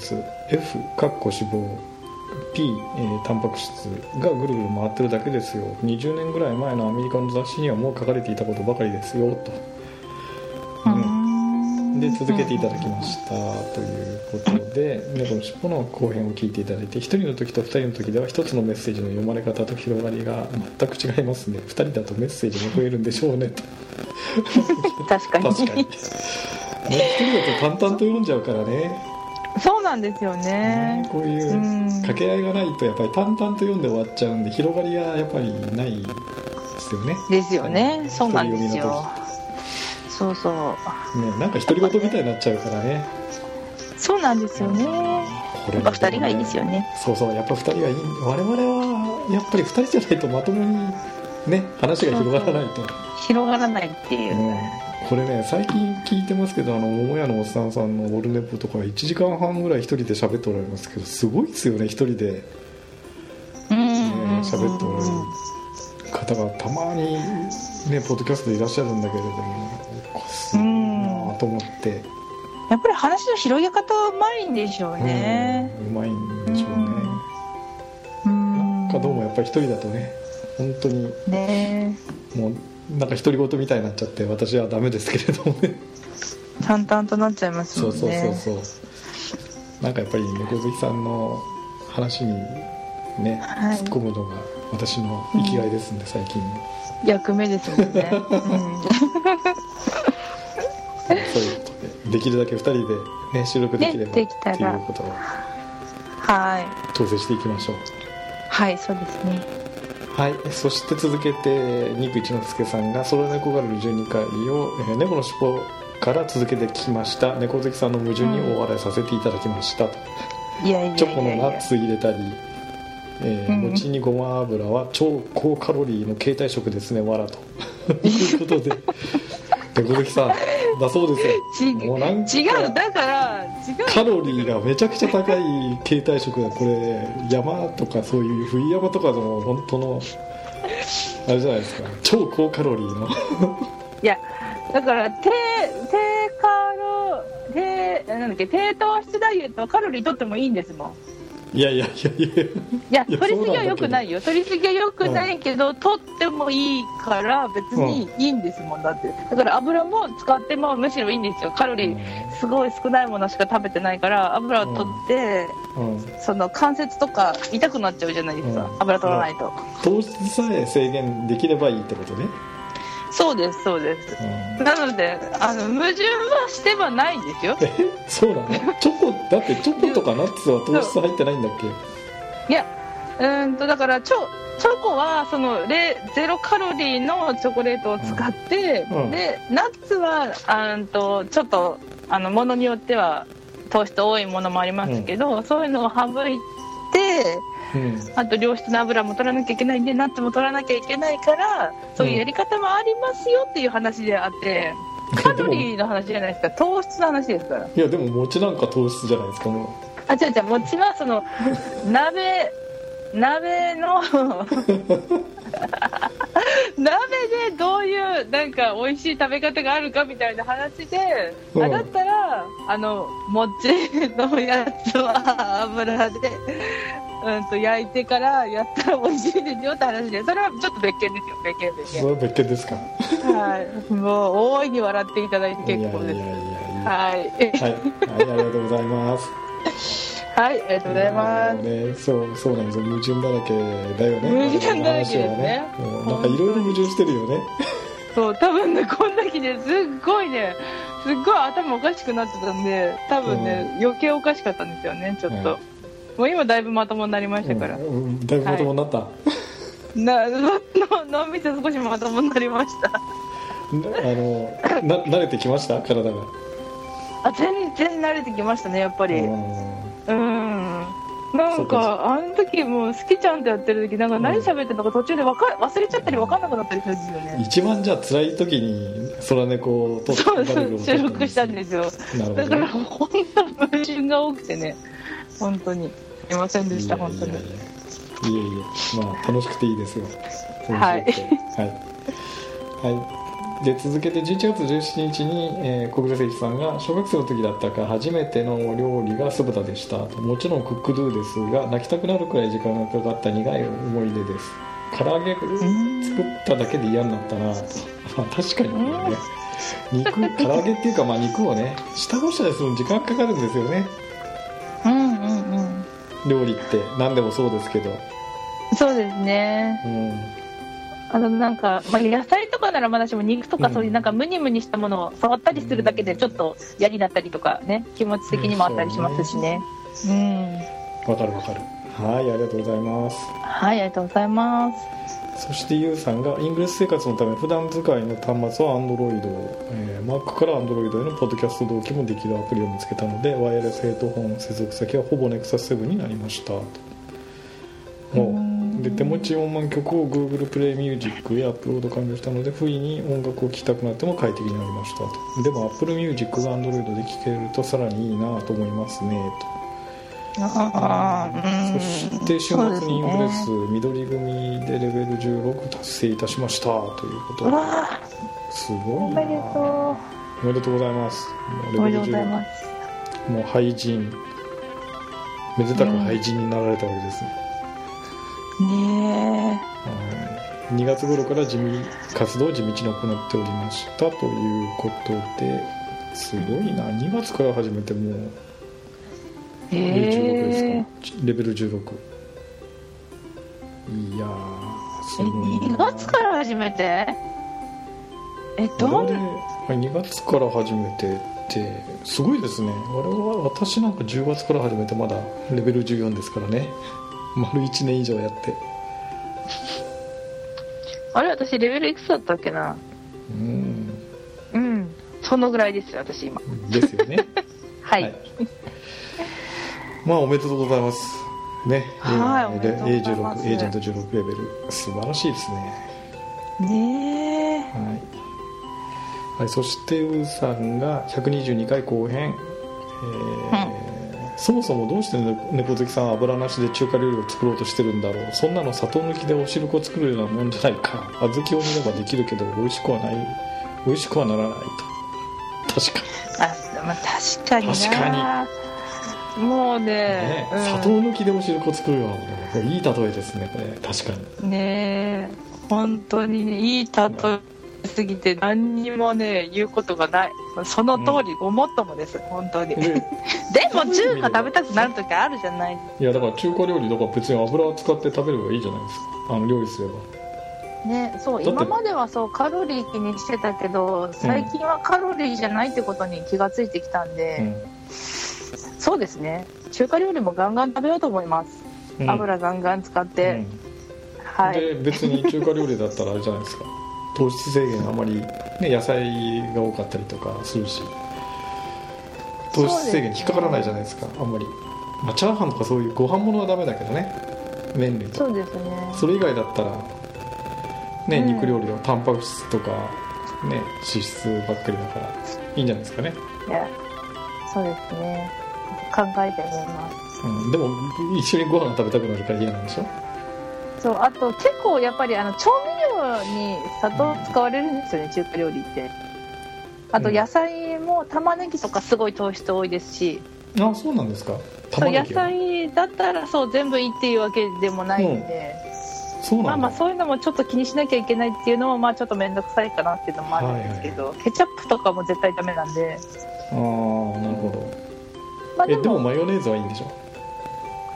[SPEAKER 1] F かっこ脂肪 P、えータンパク質がぐるぐる回ってるだけですよ20年ぐらい前のアメリカの雑誌にはもう書かれていたことばかりですよと、うんで続けていただきましたということで「猫の尻尾」の後編を聞いていただいて1人の時と2人の時では1つのメッセージの読まれ方と広がりが全く違いますね2人だとメッセージも増えるんでしょうねと
[SPEAKER 2] 確かに
[SPEAKER 1] 確かにね1人だと淡々と読んじゃうからね
[SPEAKER 2] そうなんですよね
[SPEAKER 1] ねこういう
[SPEAKER 2] うん
[SPEAKER 1] 掛け合いがないとやっぱり淡々と読んで終わっちゃうんで広がりがやっぱりないですよね
[SPEAKER 2] ですよね、
[SPEAKER 1] はい
[SPEAKER 2] そうなんですよそうそう
[SPEAKER 1] ねなんか独り言みたいになっちゃうからね
[SPEAKER 2] そうなんですよね
[SPEAKER 1] これ
[SPEAKER 2] やっぱ2人がいいですよね
[SPEAKER 1] そうそうやっぱ2人がいい我々はやっぱり2人じゃないとまともにね話が広がらないと、
[SPEAKER 2] 広がらないっていう、
[SPEAKER 1] うんこれね最近聞いてますけどあの桃屋のおっさんさんの「オルネポ」とか1時間半ぐらい1人で喋っておられますけどすごいですよね1人でね
[SPEAKER 2] うん
[SPEAKER 1] 喋、っておられる方がたまにねポッドキャストでいらっしゃるんだけれどもこれすごいなと思って、
[SPEAKER 2] やっぱり話の広げ方はうまいんでしょうね
[SPEAKER 1] うんうまいんでしょうね、
[SPEAKER 2] うん
[SPEAKER 1] なんかどうもやっぱり1人だとね本当に
[SPEAKER 2] ね
[SPEAKER 1] もうなんか独り言みたいになっちゃって私はダメですけれどもね
[SPEAKER 2] 淡々となっちゃいます
[SPEAKER 1] そ
[SPEAKER 2] も
[SPEAKER 1] うん
[SPEAKER 2] ね
[SPEAKER 1] そうそうそうなんかやっぱり猫好きさんの話にね、
[SPEAKER 2] はい
[SPEAKER 1] 突っ込むのが私の生きがいですんで、最近
[SPEAKER 2] 役目ですも んね、
[SPEAKER 1] そういうことでできるだけ2人で、ね、収録できれば、
[SPEAKER 2] ねできたら
[SPEAKER 1] っていうことを
[SPEAKER 2] うん、はい
[SPEAKER 1] 調整していきましょう
[SPEAKER 2] はいそうですね
[SPEAKER 1] はい、そして続けて肉一之輔さんが「ソロ猫ガルル12回を」えー猫の尻尾」から続けて聞きました猫好きさんの矛盾に大笑いさせていただきました、と
[SPEAKER 2] いやいやいやいや
[SPEAKER 1] チョコのナッツ入れたり、えー
[SPEAKER 2] うん
[SPEAKER 1] 餅にごま油は超高カロリーの携帯食ですねわらと ということで猫好きさんだそうです
[SPEAKER 2] ち
[SPEAKER 1] よもうなんか
[SPEAKER 2] 違うだから違う
[SPEAKER 1] カロリーがめちゃくちゃ高い携帯食だこれ山とかそういう冬山とかの本当のあれじゃないですか超高カロリーの
[SPEAKER 2] いやだから低低カロ低なんだっけ低糖質ダイエットはカロリーとってもいいんですもん
[SPEAKER 1] いやいやいやいや
[SPEAKER 2] いや
[SPEAKER 1] いや
[SPEAKER 2] 取りすぎ
[SPEAKER 1] そうなん
[SPEAKER 2] は
[SPEAKER 1] だ
[SPEAKER 2] 良
[SPEAKER 1] けど
[SPEAKER 2] くないよ取りすぎは良くないけど、取ってもいいから別にいいんですもんだってだから油も使ってもむしろいいんですよカロリーすごい少ないものしか食べてないから油を取って、
[SPEAKER 1] うんうん
[SPEAKER 2] その関節とか痛くなっちゃうじゃないです
[SPEAKER 1] う
[SPEAKER 2] か、
[SPEAKER 1] ん
[SPEAKER 2] 油取らないと、
[SPEAKER 1] 糖質さえ制限できればいいってことね、
[SPEAKER 2] そうですそうです
[SPEAKER 1] うん
[SPEAKER 2] なのであの矛盾はしてはないんですよ
[SPEAKER 1] えそうなのチョコだってチョコとかナッツは糖質入ってないんだっけ
[SPEAKER 2] いやうーんとだからチョチョコはそのレゼロカロリーのチョコレートを使って、
[SPEAKER 1] うんうん
[SPEAKER 2] でナッツはあーんとちょっとあのものによっては糖質多いものもありますけど、そういうのを省いて
[SPEAKER 1] うん
[SPEAKER 2] あと良質な油も取らなきゃいけないんでナッツも取らなきゃいけないからそういうやり方もありますよっていう話であって、カロリーの話じゃないですか糖質の話ですから。
[SPEAKER 1] いやでも餅なんか糖質じゃないですかも
[SPEAKER 2] あ、違う違う、餅はその、鍋、鍋の鍋でどういう、なんか美味しい食べ方があるかみたいな話で、
[SPEAKER 1] うん
[SPEAKER 2] あだったら、あの、餅のやつは油で、
[SPEAKER 4] うんと焼いてからやったら美味しいですよって話でそれはちょっと別件ですよ別件別
[SPEAKER 1] それ
[SPEAKER 4] 件
[SPEAKER 1] は別件ですか
[SPEAKER 4] はいもう大いに笑っていただいて結構です
[SPEAKER 1] いやいやいやいや
[SPEAKER 4] はい
[SPEAKER 1] はい、はい、ありがとうございます。
[SPEAKER 4] はい、ありがとうございます。
[SPEAKER 1] ね、そう、そうなんですよ。矛盾だらけだよね。
[SPEAKER 4] 矛盾だらけです
[SPEAKER 1] この話
[SPEAKER 4] ね
[SPEAKER 1] はねうんなんかいろいろ矛盾してるよね。
[SPEAKER 4] そう、多分ね、こんな時ね、すっごいね、すっごい頭おかしくなってたんで、多分ね、余計おかしかったんですよね、ちょっと。もう今だいぶまともになりましたから。
[SPEAKER 1] うんうんだいぶまともになった。
[SPEAKER 4] な、の、のんびりと少しまともになりました。
[SPEAKER 1] なあの、な、慣れてきました、体が。
[SPEAKER 4] あ、全然慣れてきましたね、やっぱり。うん。
[SPEAKER 1] う
[SPEAKER 4] な
[SPEAKER 1] そうんか
[SPEAKER 4] か、あの時もう、好きちゃんとやってる時、なんか何喋ってんのか途中でわか、忘れちゃったりわかんなくなったりするんですよ
[SPEAKER 1] ん
[SPEAKER 4] ね。
[SPEAKER 1] 一番じゃあ辛い時に空猫を撮って
[SPEAKER 4] そう
[SPEAKER 1] バ
[SPEAKER 4] そ
[SPEAKER 1] レル
[SPEAKER 4] う、
[SPEAKER 1] を撮って
[SPEAKER 4] 収録したんですよ。
[SPEAKER 1] なるほ
[SPEAKER 4] だか
[SPEAKER 1] ど
[SPEAKER 4] ら本当に矛盾が多くてね、本当に。すいませんでした、
[SPEAKER 1] いやい
[SPEAKER 4] 本当
[SPEAKER 1] やい
[SPEAKER 4] に
[SPEAKER 1] や。いえいえまあ楽しくていいですよ
[SPEAKER 4] はい
[SPEAKER 1] 楽しくてはい、はい、で続けて11月17日に、えー、小暮誠一さんが小学生の時だったか初めてのお料理が酢豚でしたもちろんクックドゥですが泣きたくなるくらい時間がかかった苦い思い出です唐揚げ作っただけで嫌になったなと、まあ、確かにね肉唐揚げっていうか、まあ、肉をね下ごしらえするのに時間かかるんですよね
[SPEAKER 4] うんうんうん。
[SPEAKER 1] 料理って何でもそうですけど
[SPEAKER 4] そうですね。
[SPEAKER 1] うん
[SPEAKER 4] あの、なんか、まあ、野菜とかならまだしも肉とか
[SPEAKER 1] うん
[SPEAKER 4] そういうなんかムニムニしたものを触ったりするだけでちょっと嫌になったりとかね、気持ち的にもあったりしますしね。うん。
[SPEAKER 1] わかるわかるはいありがとうございます
[SPEAKER 4] はい、ありがとうございます。
[SPEAKER 1] そしてゆうさんがイングレス生活のため普段使いの端末は Android、えー Mac から Android へのポッドキャスト同期もできるアプリを見つけたのでワイヤレスヘッドホン接続先はほぼ NEXUS7 になりましたとお
[SPEAKER 4] うん
[SPEAKER 1] で手持ち4万曲を Google プレイミュージックへアップロード完了したので不意に音楽を聴きたくなっても快適になりましたとでも Apple Music が Android で聴けるとさらにいいなと思いますねと
[SPEAKER 4] ああ、うん。
[SPEAKER 1] そして週末にインフレス緑組でレベル16達成いたしましたというこ
[SPEAKER 4] う
[SPEAKER 1] と
[SPEAKER 4] わあ、
[SPEAKER 1] すご
[SPEAKER 4] お
[SPEAKER 1] い
[SPEAKER 4] め
[SPEAKER 1] な
[SPEAKER 4] でと
[SPEAKER 1] おめでとうございますもう
[SPEAKER 4] う。おめでとうございます。
[SPEAKER 1] もう廃人めでたく廃人になられたわけですね、
[SPEAKER 4] ね
[SPEAKER 1] 2月頃から地味活動を地道に行っておりましたということですごいな2月から始めてもう
[SPEAKER 4] え。
[SPEAKER 1] 16ですか、
[SPEAKER 4] ええ。
[SPEAKER 1] レベル16いやーすごいな
[SPEAKER 4] 2月から始めてえどん
[SPEAKER 1] 我々はい2月から始めてってすごいですね我々私なんか10月から始めてまだレベル14ですからね丸1年以上やって
[SPEAKER 4] あれ私レベルいくつだったっけな
[SPEAKER 1] うん
[SPEAKER 4] うんそのぐらいですよ私今
[SPEAKER 1] ですよね
[SPEAKER 4] は、
[SPEAKER 1] はいまあおめでとうございますね
[SPEAKER 4] はい
[SPEAKER 1] えー
[SPEAKER 4] おめでとうございます
[SPEAKER 1] A16 エージェント16レベル素晴らしいですね
[SPEAKER 4] ね
[SPEAKER 1] はい、はい、そしてウーさんが122回後編、えーそもそもどうしてね猫好きさんは油なしで中華料理を作ろうとしてるんだろうそんなの砂糖抜きでお汁粉作るようなもんじゃないか小豆を塗ればできるけど美味しくはない美味しくはならないと確か
[SPEAKER 4] えあ、まあ、確かにな
[SPEAKER 1] 確か
[SPEAKER 4] にもう
[SPEAKER 1] に
[SPEAKER 4] ね
[SPEAKER 1] ね、
[SPEAKER 4] うん
[SPEAKER 1] 砂糖抜きでお汁粉作るようなもんねこれいい例えですねこれ確かに
[SPEAKER 4] ねえ本当にねいい例えすぎて何にもね言うことがないその通りごもっともです、本当にで
[SPEAKER 1] で
[SPEAKER 4] も中華食べたくなる時あるじゃない
[SPEAKER 1] いやだから中華料理とか別に油を使って食べればいいじゃないですかあの料理すれば
[SPEAKER 4] ね、そう
[SPEAKER 1] だって
[SPEAKER 4] 今まではそうカロリー気にしてたけど最近はカロリーじゃないってことに気がついてきたん
[SPEAKER 1] う
[SPEAKER 4] で、
[SPEAKER 1] ん
[SPEAKER 4] そうですね中華料理もガンガン食べようと思います、
[SPEAKER 1] うん
[SPEAKER 4] 油ガンガン使っ
[SPEAKER 1] う
[SPEAKER 4] て、
[SPEAKER 1] ん
[SPEAKER 4] はい
[SPEAKER 1] で別に中華料理だったらあれじゃないですか糖質制限あまり、ね、野菜が多かったりとかするし糖質制限に引っかからないじゃないですかあんまり、まあ、チャーハンとかそういうご飯物はダメだけどね麺類とか
[SPEAKER 4] そうですね
[SPEAKER 1] それ以外だったら、ね
[SPEAKER 4] うん
[SPEAKER 1] 肉料理はタンパク質とか、ね、脂質ばっかりだからいいんじゃないですかね、
[SPEAKER 4] いやそうですね考えてみます
[SPEAKER 1] うん、でも一緒にご飯食べたくなるから嫌なんでしょ
[SPEAKER 4] そうあと結構やっぱりあの調味料に砂糖使われるんですよね中華料理ってあと
[SPEAKER 1] うん
[SPEAKER 4] 野菜も玉ねぎとかすごい糖質多いですし
[SPEAKER 1] あそうなんですか
[SPEAKER 4] そう
[SPEAKER 1] 玉ね
[SPEAKER 4] 野
[SPEAKER 1] ぎは
[SPEAKER 4] 菜だったらそう全部いいっていうわけでもないんで、
[SPEAKER 1] そう
[SPEAKER 4] ま
[SPEAKER 1] な
[SPEAKER 4] あ
[SPEAKER 1] ん
[SPEAKER 4] ま
[SPEAKER 1] だ
[SPEAKER 4] あそういうのもちょっと気にしなきゃいけないっていうのもまあちょっと面倒くさいかなっていうのもあるんですけど、ケチャップとかも絶対ダメなんで
[SPEAKER 1] あーなるほど
[SPEAKER 4] まあ
[SPEAKER 1] え
[SPEAKER 4] で
[SPEAKER 1] で
[SPEAKER 4] も
[SPEAKER 1] もマヨネーズはいいんでしょ、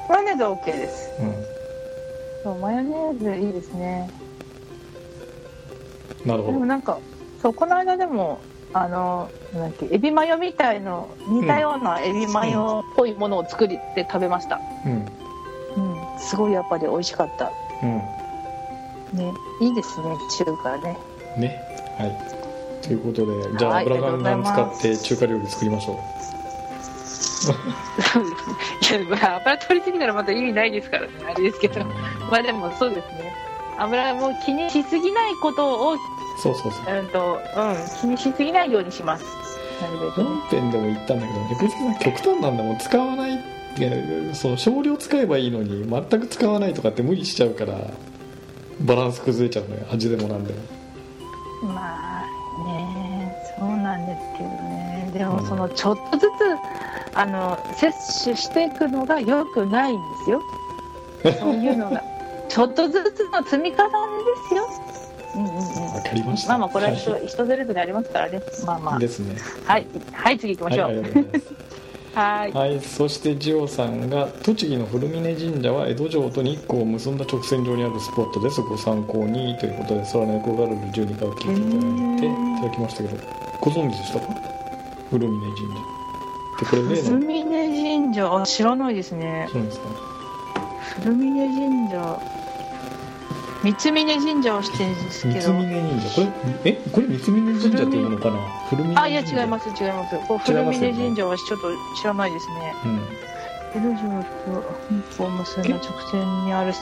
[SPEAKER 4] マヨネーズは OK です
[SPEAKER 1] う
[SPEAKER 4] そうマヨネーズいいですね
[SPEAKER 1] ん、なる
[SPEAKER 4] で
[SPEAKER 1] ほ
[SPEAKER 4] も
[SPEAKER 1] ど
[SPEAKER 4] なんかそうこの間でもあのなんだっけエビマヨみたいの似たようなエビマヨっぽいものを作って食べました、
[SPEAKER 1] うん
[SPEAKER 4] うん、すごいやっぱり美味しかった
[SPEAKER 1] うん
[SPEAKER 4] ねいいですね中華ね
[SPEAKER 1] ねはいということでじゃあ
[SPEAKER 4] はい
[SPEAKER 1] 油ガンガン使っ
[SPEAKER 4] あり
[SPEAKER 1] て
[SPEAKER 4] がとうございます
[SPEAKER 1] 中華料理作りましょう
[SPEAKER 4] そうですね。いや、まあ、油取りすぎたらまた意味ないですからね、あれですけど。まあでもそうですね。油も気にしすぎないことを、
[SPEAKER 1] そうそうそう
[SPEAKER 4] うんと、うん、気にしすぎないようにします。なるべくね。
[SPEAKER 1] 本編でも言ったんだけど猫助さん極端なんだもん使わないいやその少量使えばいいのに全く使わないとかって無理しちゃうからバランス崩れちゃうのよ味でもなんでも
[SPEAKER 4] まあね、そうなんですけどね。で
[SPEAKER 1] う
[SPEAKER 4] も
[SPEAKER 1] ん
[SPEAKER 4] そのちょっとずつ、あの、摂取していくのが良くないんで すよ。そういうのが。ちょっとずつの積み重ねですよ。うんうんうん。
[SPEAKER 1] わかりました
[SPEAKER 4] まあまあこれは人,、
[SPEAKER 1] は
[SPEAKER 4] 人それぞれありますからね。まあまあ
[SPEAKER 1] い、。ですね
[SPEAKER 4] はい、はい、次行きま
[SPEAKER 1] は
[SPEAKER 4] し
[SPEAKER 1] い
[SPEAKER 4] ょ
[SPEAKER 1] あり
[SPEAKER 4] う。
[SPEAKER 1] がとうございます
[SPEAKER 4] はい。
[SPEAKER 1] はい、そしてジオさんが栃木の古峰神社は江戸城と日光を結んだ直線上にあるスポットですご参考にということで空の横ガルル12回を聞いていただいていただきましたけどご存知でしたか古峰神社でこれ例
[SPEAKER 4] 古
[SPEAKER 1] の
[SPEAKER 4] 峰神社、あ知らないですね。
[SPEAKER 1] そうなんですか
[SPEAKER 4] 古峰神社。三峯神社をしてるんです
[SPEAKER 1] 三
[SPEAKER 4] けど。
[SPEAKER 1] 峯神社これえこれ三峯神社っていうものかな古峰神社
[SPEAKER 4] あ、いや、違います、違います。これ
[SPEAKER 1] 違い
[SPEAKER 4] 古
[SPEAKER 1] ますよね
[SPEAKER 4] 峰神社はちょっと知らないですね。
[SPEAKER 1] うん、うん
[SPEAKER 4] 江戸城と日本を結んだ直線にあるし。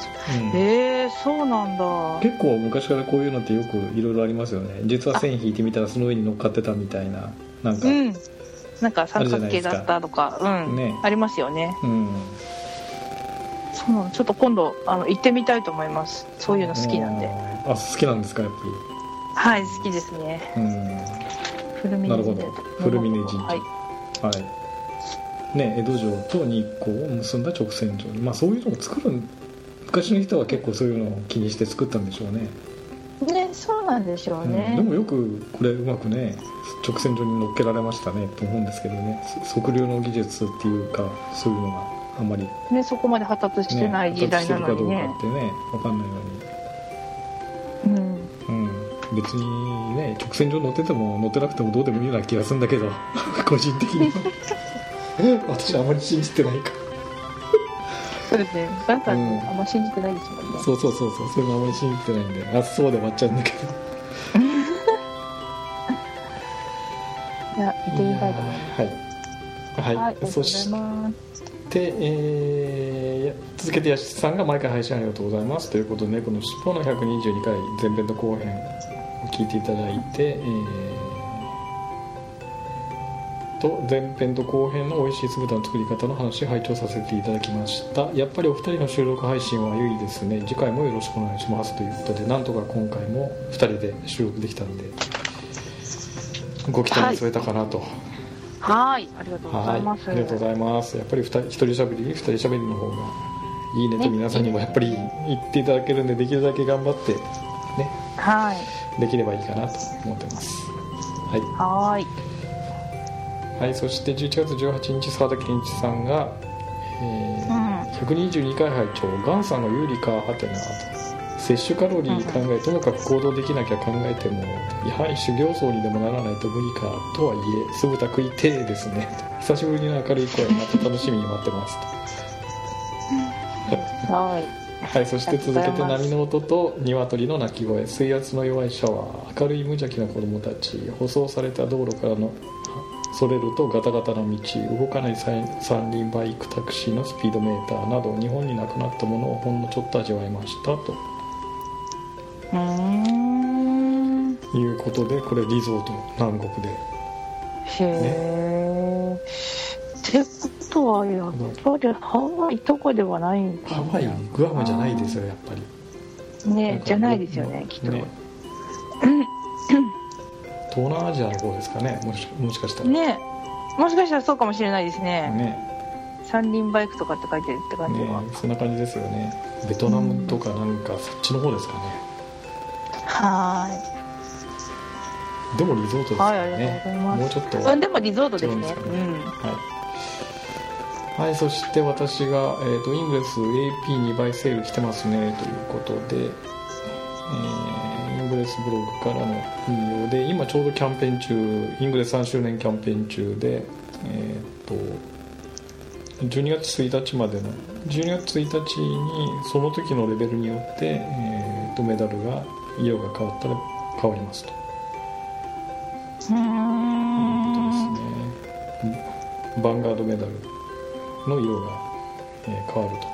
[SPEAKER 4] えー、そうなんだ。
[SPEAKER 1] 結構昔からこういうのってよくいろいろありますよね実は線引いてみたらその上に乗っかってたみたいななんか
[SPEAKER 4] うん。なんか三角形だったとか、うん、
[SPEAKER 1] ね
[SPEAKER 4] ありますよね。
[SPEAKER 1] うん
[SPEAKER 4] そうなの。ちょっと今度、あの、行ってみたいと思います。そういうの好きなんで。
[SPEAKER 1] あ好きなんですかやっぱ
[SPEAKER 4] はい、好きですね。
[SPEAKER 1] りうん
[SPEAKER 4] 古峰
[SPEAKER 1] なるほど古峰神社
[SPEAKER 4] はい、
[SPEAKER 1] はいね、江戸城と日光を結んだ直線上に、まあ、そういうのを作る昔の人は結構そういうのを気にして作ったんでしょうね、
[SPEAKER 4] ねそうなんでしょう
[SPEAKER 1] うん
[SPEAKER 4] ね、
[SPEAKER 1] でもよくこれうまくね直線上に乗っけられましたねと思うんですけどねそ測量の技術っていうかそういうのがあんまり、ね、
[SPEAKER 4] ねそこまで発達してない時代なのにね
[SPEAKER 1] 発達してるかどうかってね分かんないよ
[SPEAKER 4] うん
[SPEAKER 1] うに、うん、別にね直線上乗ってても乗ってなくてもどうでもいいような気がするんだけど 個人的に は私あまり信じてないから
[SPEAKER 4] そうですねバンさん、
[SPEAKER 1] うん
[SPEAKER 4] あんま信じてないですもんね
[SPEAKER 1] そうそうそうそうそれもあまり信じてないんであそうで終わっちゃうんだけど
[SPEAKER 4] いや行ってみたいと思い
[SPEAKER 1] はいはい、
[SPEAKER 4] ますはい、ありがとう
[SPEAKER 1] そ
[SPEAKER 4] ご
[SPEAKER 1] し
[SPEAKER 4] ざいます
[SPEAKER 1] て、えー続けてやしさんが毎回配信ありがとうございますということで猫の尻尾の122回前編と後編を聞いていただいて、えーと前編と後編の美味しい酢豚の作り方の話を拝聴させていただきましたやっぱりお二人の収録配信は良いですね次回もよろしくお願いしますということでなんとか今回も2人で収録できたのでご期待に添えたかなと、
[SPEAKER 4] はいありがとうございます、
[SPEAKER 1] ありがとうございますやっぱり二人一人しゃべり二人しゃべりの方がいいねと
[SPEAKER 4] ね
[SPEAKER 1] 皆さんにもやっぱり言っていただけるんでできるだけ頑張ってね
[SPEAKER 4] はい
[SPEAKER 1] できればいいかなと思ってますは
[SPEAKER 4] はい
[SPEAKER 1] い、はい、そして11月18日澤田健一さんが、えー122回拝聴「ガンさんの有利かハテナ」摂取カロリー考えともかく行動できなきゃ考えてもやはり修行僧にでもならないと無理かとはいえ酢豚食いてえですね久しぶりの明るい声また楽しみに待ってますと
[SPEAKER 4] はい
[SPEAKER 1] はい、そして続けて波の音と鶏の鳴き声水圧の弱いシャワー明るい無邪気な子供たち舗装された道路からのそれるとガタガタな道動かない三三輪バイクタクシーのスピードメーターなど日本になくなったものをほんのちょっと味わいましたと
[SPEAKER 4] うーん
[SPEAKER 1] いうことでこれリゾート南国で
[SPEAKER 4] へえ、ってことはやっぱりハワイとかではないんかな
[SPEAKER 1] ハワイグアムじゃないですよやっぱり
[SPEAKER 4] ね
[SPEAKER 1] んか
[SPEAKER 4] じゃないですよねきっと
[SPEAKER 1] ね東南アジアの方ですかねもしもしかしたら
[SPEAKER 4] ね
[SPEAKER 2] もしかしたらそうかもしれないですね、
[SPEAKER 1] ね
[SPEAKER 2] 三輪バイクとかって書いてるって感じは、
[SPEAKER 1] ねそんな感じですよねベトナムとかなんかそっちの方ですかね
[SPEAKER 2] は
[SPEAKER 1] でもリゾートですか
[SPEAKER 2] はい
[SPEAKER 1] ら
[SPEAKER 2] ありが
[SPEAKER 1] ね
[SPEAKER 2] とうございます
[SPEAKER 1] もうちょっと
[SPEAKER 2] ーい
[SPEAKER 1] は
[SPEAKER 2] うんでもリゾートですね
[SPEAKER 1] そうです
[SPEAKER 2] う
[SPEAKER 1] ね
[SPEAKER 2] ん
[SPEAKER 1] い、はい、そして私が、えーと「イングレス AP2 倍セール来てますね」ということで、えーイングレスブログからの引用で今ちょうどキャンペーン中イングレス3周年キャンペーン中でえっ、と12月1日までの12月1日にその時のレベルによって、えーとメダルが色が変わったら変わりますと
[SPEAKER 2] うー
[SPEAKER 1] ということです
[SPEAKER 2] ん
[SPEAKER 1] ねヴァンガードメダルの色が、えー変わると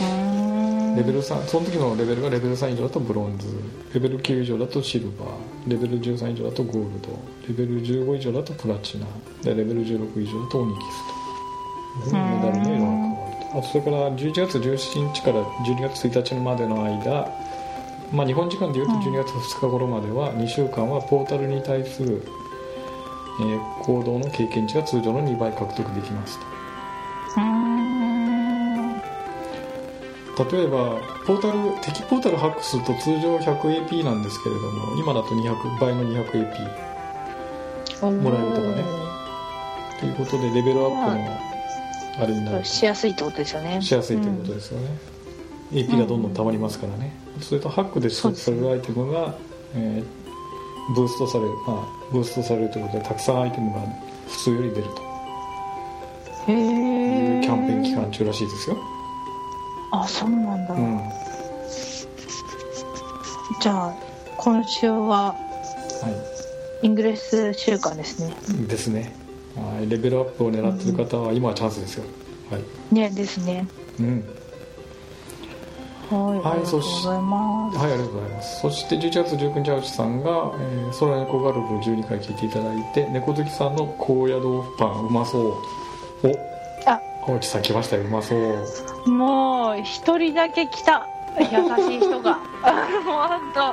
[SPEAKER 2] うーん
[SPEAKER 1] レベル3その時のレベルがレベル3以上だとブロンズレベル9以上だとシルバーレベル13以上だとゴールドレベル15以上だとプラチナでレベル16以上だとオニキスと
[SPEAKER 2] うん
[SPEAKER 1] メダルの色が変わるとあそれから11月17日から12月1日までの間まあ、日本時間でいうと
[SPEAKER 2] うん
[SPEAKER 1] 12月2日頃までは2週間はポータルに対する、えー行動の経験値が通常の2倍獲得できますと
[SPEAKER 2] うーん
[SPEAKER 1] 例えばポータル敵ポータルハックすると通常 100AP なんですけれども今だと200倍の 200AP もらえるとかねということでレベルアップのあれにな
[SPEAKER 2] う
[SPEAKER 1] る
[SPEAKER 2] んしやすいってことですよね
[SPEAKER 1] しやすいということですよね、AP がどんどん溜まりますからね、それとハックで取得されるアイテムが、えーブーストされる、まあ、ブーストされるということでたくさんアイテムが普通より出ると
[SPEAKER 2] へ
[SPEAKER 1] い
[SPEAKER 2] え
[SPEAKER 1] うキャンペーン期間中らしいですよ、
[SPEAKER 2] あそうなんだ、
[SPEAKER 1] うんは
[SPEAKER 2] じゃあ今週はいイングレス週間ですね
[SPEAKER 1] ですねはいレベルアップを狙ってる方は今はチャンスですよ、はい
[SPEAKER 2] ねですね
[SPEAKER 1] うん
[SPEAKER 2] はい、
[SPEAKER 1] はい
[SPEAKER 2] ありがとうございます
[SPEAKER 1] はいありがとうございますそして11月19日アウチさんが「えー、空猫ガルフ」を12回聞いていただいて猫好きさんの高野豆腐パンうまそうを
[SPEAKER 2] あ
[SPEAKER 1] 青木さん来ましたようまそう
[SPEAKER 2] もう一人だけ来た優しい人が もうあんた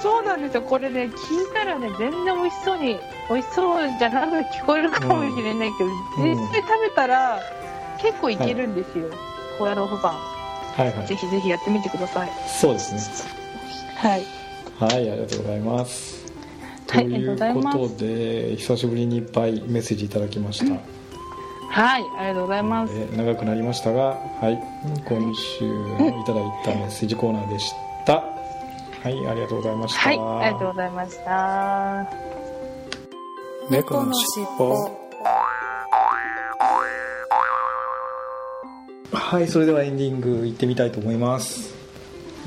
[SPEAKER 2] そうなんですよこれね聞いたらね全然美味しそうに美味しそうじゃなく聞こえるかもしれないけど、
[SPEAKER 1] ん
[SPEAKER 2] 実際食べたら結構いけるんですよ、高野豆腐パ
[SPEAKER 1] はいは
[SPEAKER 2] ンぜ
[SPEAKER 1] い
[SPEAKER 2] ひぜひやってみてください
[SPEAKER 1] そうですね
[SPEAKER 2] はい
[SPEAKER 1] はいありがとうございますと
[SPEAKER 2] はいありがとうございます
[SPEAKER 1] いうことで久しぶりにいっぱいメッセージいただきました
[SPEAKER 2] はいありがとうございます、
[SPEAKER 1] えー長くなりましたが、はい、今週のいただいたメッセージコーナーでした。はい、ありがとうございました。
[SPEAKER 2] はいありがとうございました
[SPEAKER 1] 猫のしっぽ。はい、それではエンディング行ってみたいと思います。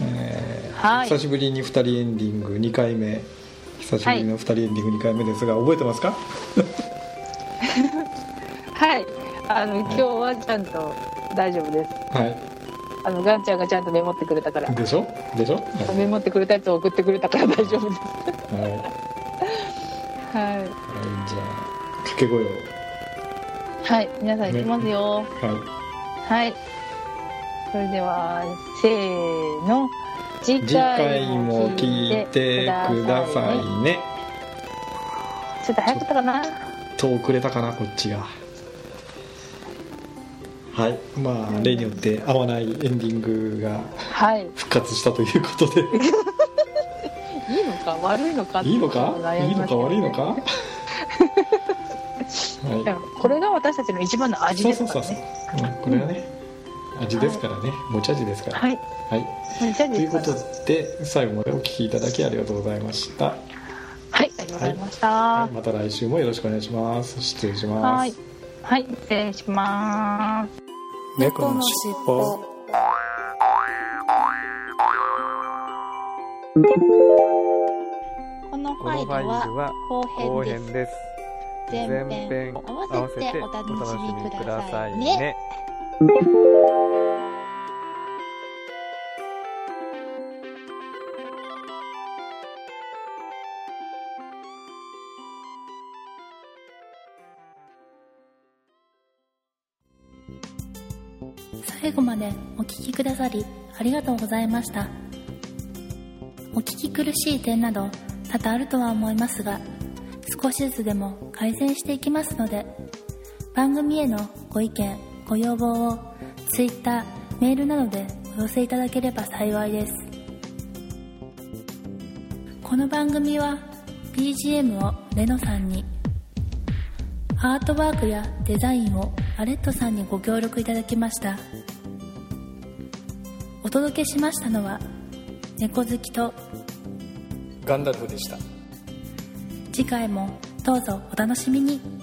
[SPEAKER 1] えー
[SPEAKER 2] はい
[SPEAKER 1] 久しぶりに2人エンディング2回目久しぶりの2人エンディング2回目ですが、覚えてますか
[SPEAKER 2] はいあの今日はちゃんと大丈夫です
[SPEAKER 1] はい
[SPEAKER 2] あのガンちゃんがちゃんとメモってくれたから
[SPEAKER 1] でしょでしょ、は
[SPEAKER 2] メモってくれたやつを送ってくれたから 大丈夫です。
[SPEAKER 1] いはいはい、
[SPEAKER 2] は
[SPEAKER 1] じゃあ掛け声を
[SPEAKER 2] い。はい、皆さんいきますよ。
[SPEAKER 1] はい
[SPEAKER 2] はい。それでは、せーの。次
[SPEAKER 1] 次回も聞いてくださ
[SPEAKER 2] ね
[SPEAKER 1] いね
[SPEAKER 2] ちょっと早かったかな。
[SPEAKER 1] と遅れたかなこっちがはいまあ例によって合わないエンディングが
[SPEAKER 2] はい。いい
[SPEAKER 1] 復活したということで
[SPEAKER 2] のか悪いのかって
[SPEAKER 1] いいうの
[SPEAKER 2] が
[SPEAKER 1] か
[SPEAKER 2] 悩
[SPEAKER 1] い
[SPEAKER 2] み
[SPEAKER 1] い
[SPEAKER 2] ま
[SPEAKER 1] のか
[SPEAKER 2] すけど
[SPEAKER 1] 悪いのか
[SPEAKER 2] い や
[SPEAKER 1] は
[SPEAKER 2] これが私たちの一番の
[SPEAKER 1] い
[SPEAKER 2] 味
[SPEAKER 1] そう
[SPEAKER 2] で
[SPEAKER 1] そ
[SPEAKER 2] す
[SPEAKER 1] う
[SPEAKER 2] か
[SPEAKER 1] そう
[SPEAKER 2] ら
[SPEAKER 1] そうう
[SPEAKER 2] ね。
[SPEAKER 1] んこれはね味ですからね持ち味ですから
[SPEAKER 2] はい。
[SPEAKER 1] はい
[SPEAKER 2] じゃあ
[SPEAKER 1] という
[SPEAKER 2] です
[SPEAKER 1] こ
[SPEAKER 2] か
[SPEAKER 1] と
[SPEAKER 2] ら。
[SPEAKER 1] で最後までお聞きいただきありがとうございました
[SPEAKER 2] はい、ありがとうございました。
[SPEAKER 1] は
[SPEAKER 2] はい
[SPEAKER 1] また来週もよろしくお願いします失礼し
[SPEAKER 2] い。
[SPEAKER 1] ま
[SPEAKER 2] は
[SPEAKER 1] す
[SPEAKER 2] い、失礼します。
[SPEAKER 1] 猫のしっぽ
[SPEAKER 5] このフ
[SPEAKER 6] この
[SPEAKER 5] ァイ
[SPEAKER 6] ファイ
[SPEAKER 5] ル
[SPEAKER 6] ル
[SPEAKER 5] は
[SPEAKER 6] は
[SPEAKER 5] 後
[SPEAKER 6] 後
[SPEAKER 5] 編
[SPEAKER 6] 編
[SPEAKER 5] です。
[SPEAKER 6] です。
[SPEAKER 5] 前
[SPEAKER 6] 前
[SPEAKER 5] 編
[SPEAKER 6] 編
[SPEAKER 5] 合
[SPEAKER 6] 合
[SPEAKER 5] わ
[SPEAKER 6] わ
[SPEAKER 5] せ
[SPEAKER 6] せ
[SPEAKER 5] て
[SPEAKER 6] て
[SPEAKER 5] お
[SPEAKER 6] お
[SPEAKER 5] 楽
[SPEAKER 6] 楽
[SPEAKER 5] し
[SPEAKER 6] し
[SPEAKER 5] み
[SPEAKER 6] み
[SPEAKER 5] く
[SPEAKER 6] く
[SPEAKER 5] だ
[SPEAKER 6] だ
[SPEAKER 5] さ
[SPEAKER 6] さ
[SPEAKER 5] い
[SPEAKER 6] い
[SPEAKER 5] ね。
[SPEAKER 6] ね。
[SPEAKER 7] 最後までお聞きくださりありがとうございましたお聞き苦しい点など多々あるとは思いますが少しずつでも改善していきますので番組へのご意見ご要望を Twitter メールなどでお寄せいただければ幸いですこの番組は BGM をレノさんにアートワークやデザインをアレットさんにご協力いただきましたお届けしましたのは猫好きと
[SPEAKER 1] ガンダルフでした
[SPEAKER 7] 次回もどうぞお楽しみに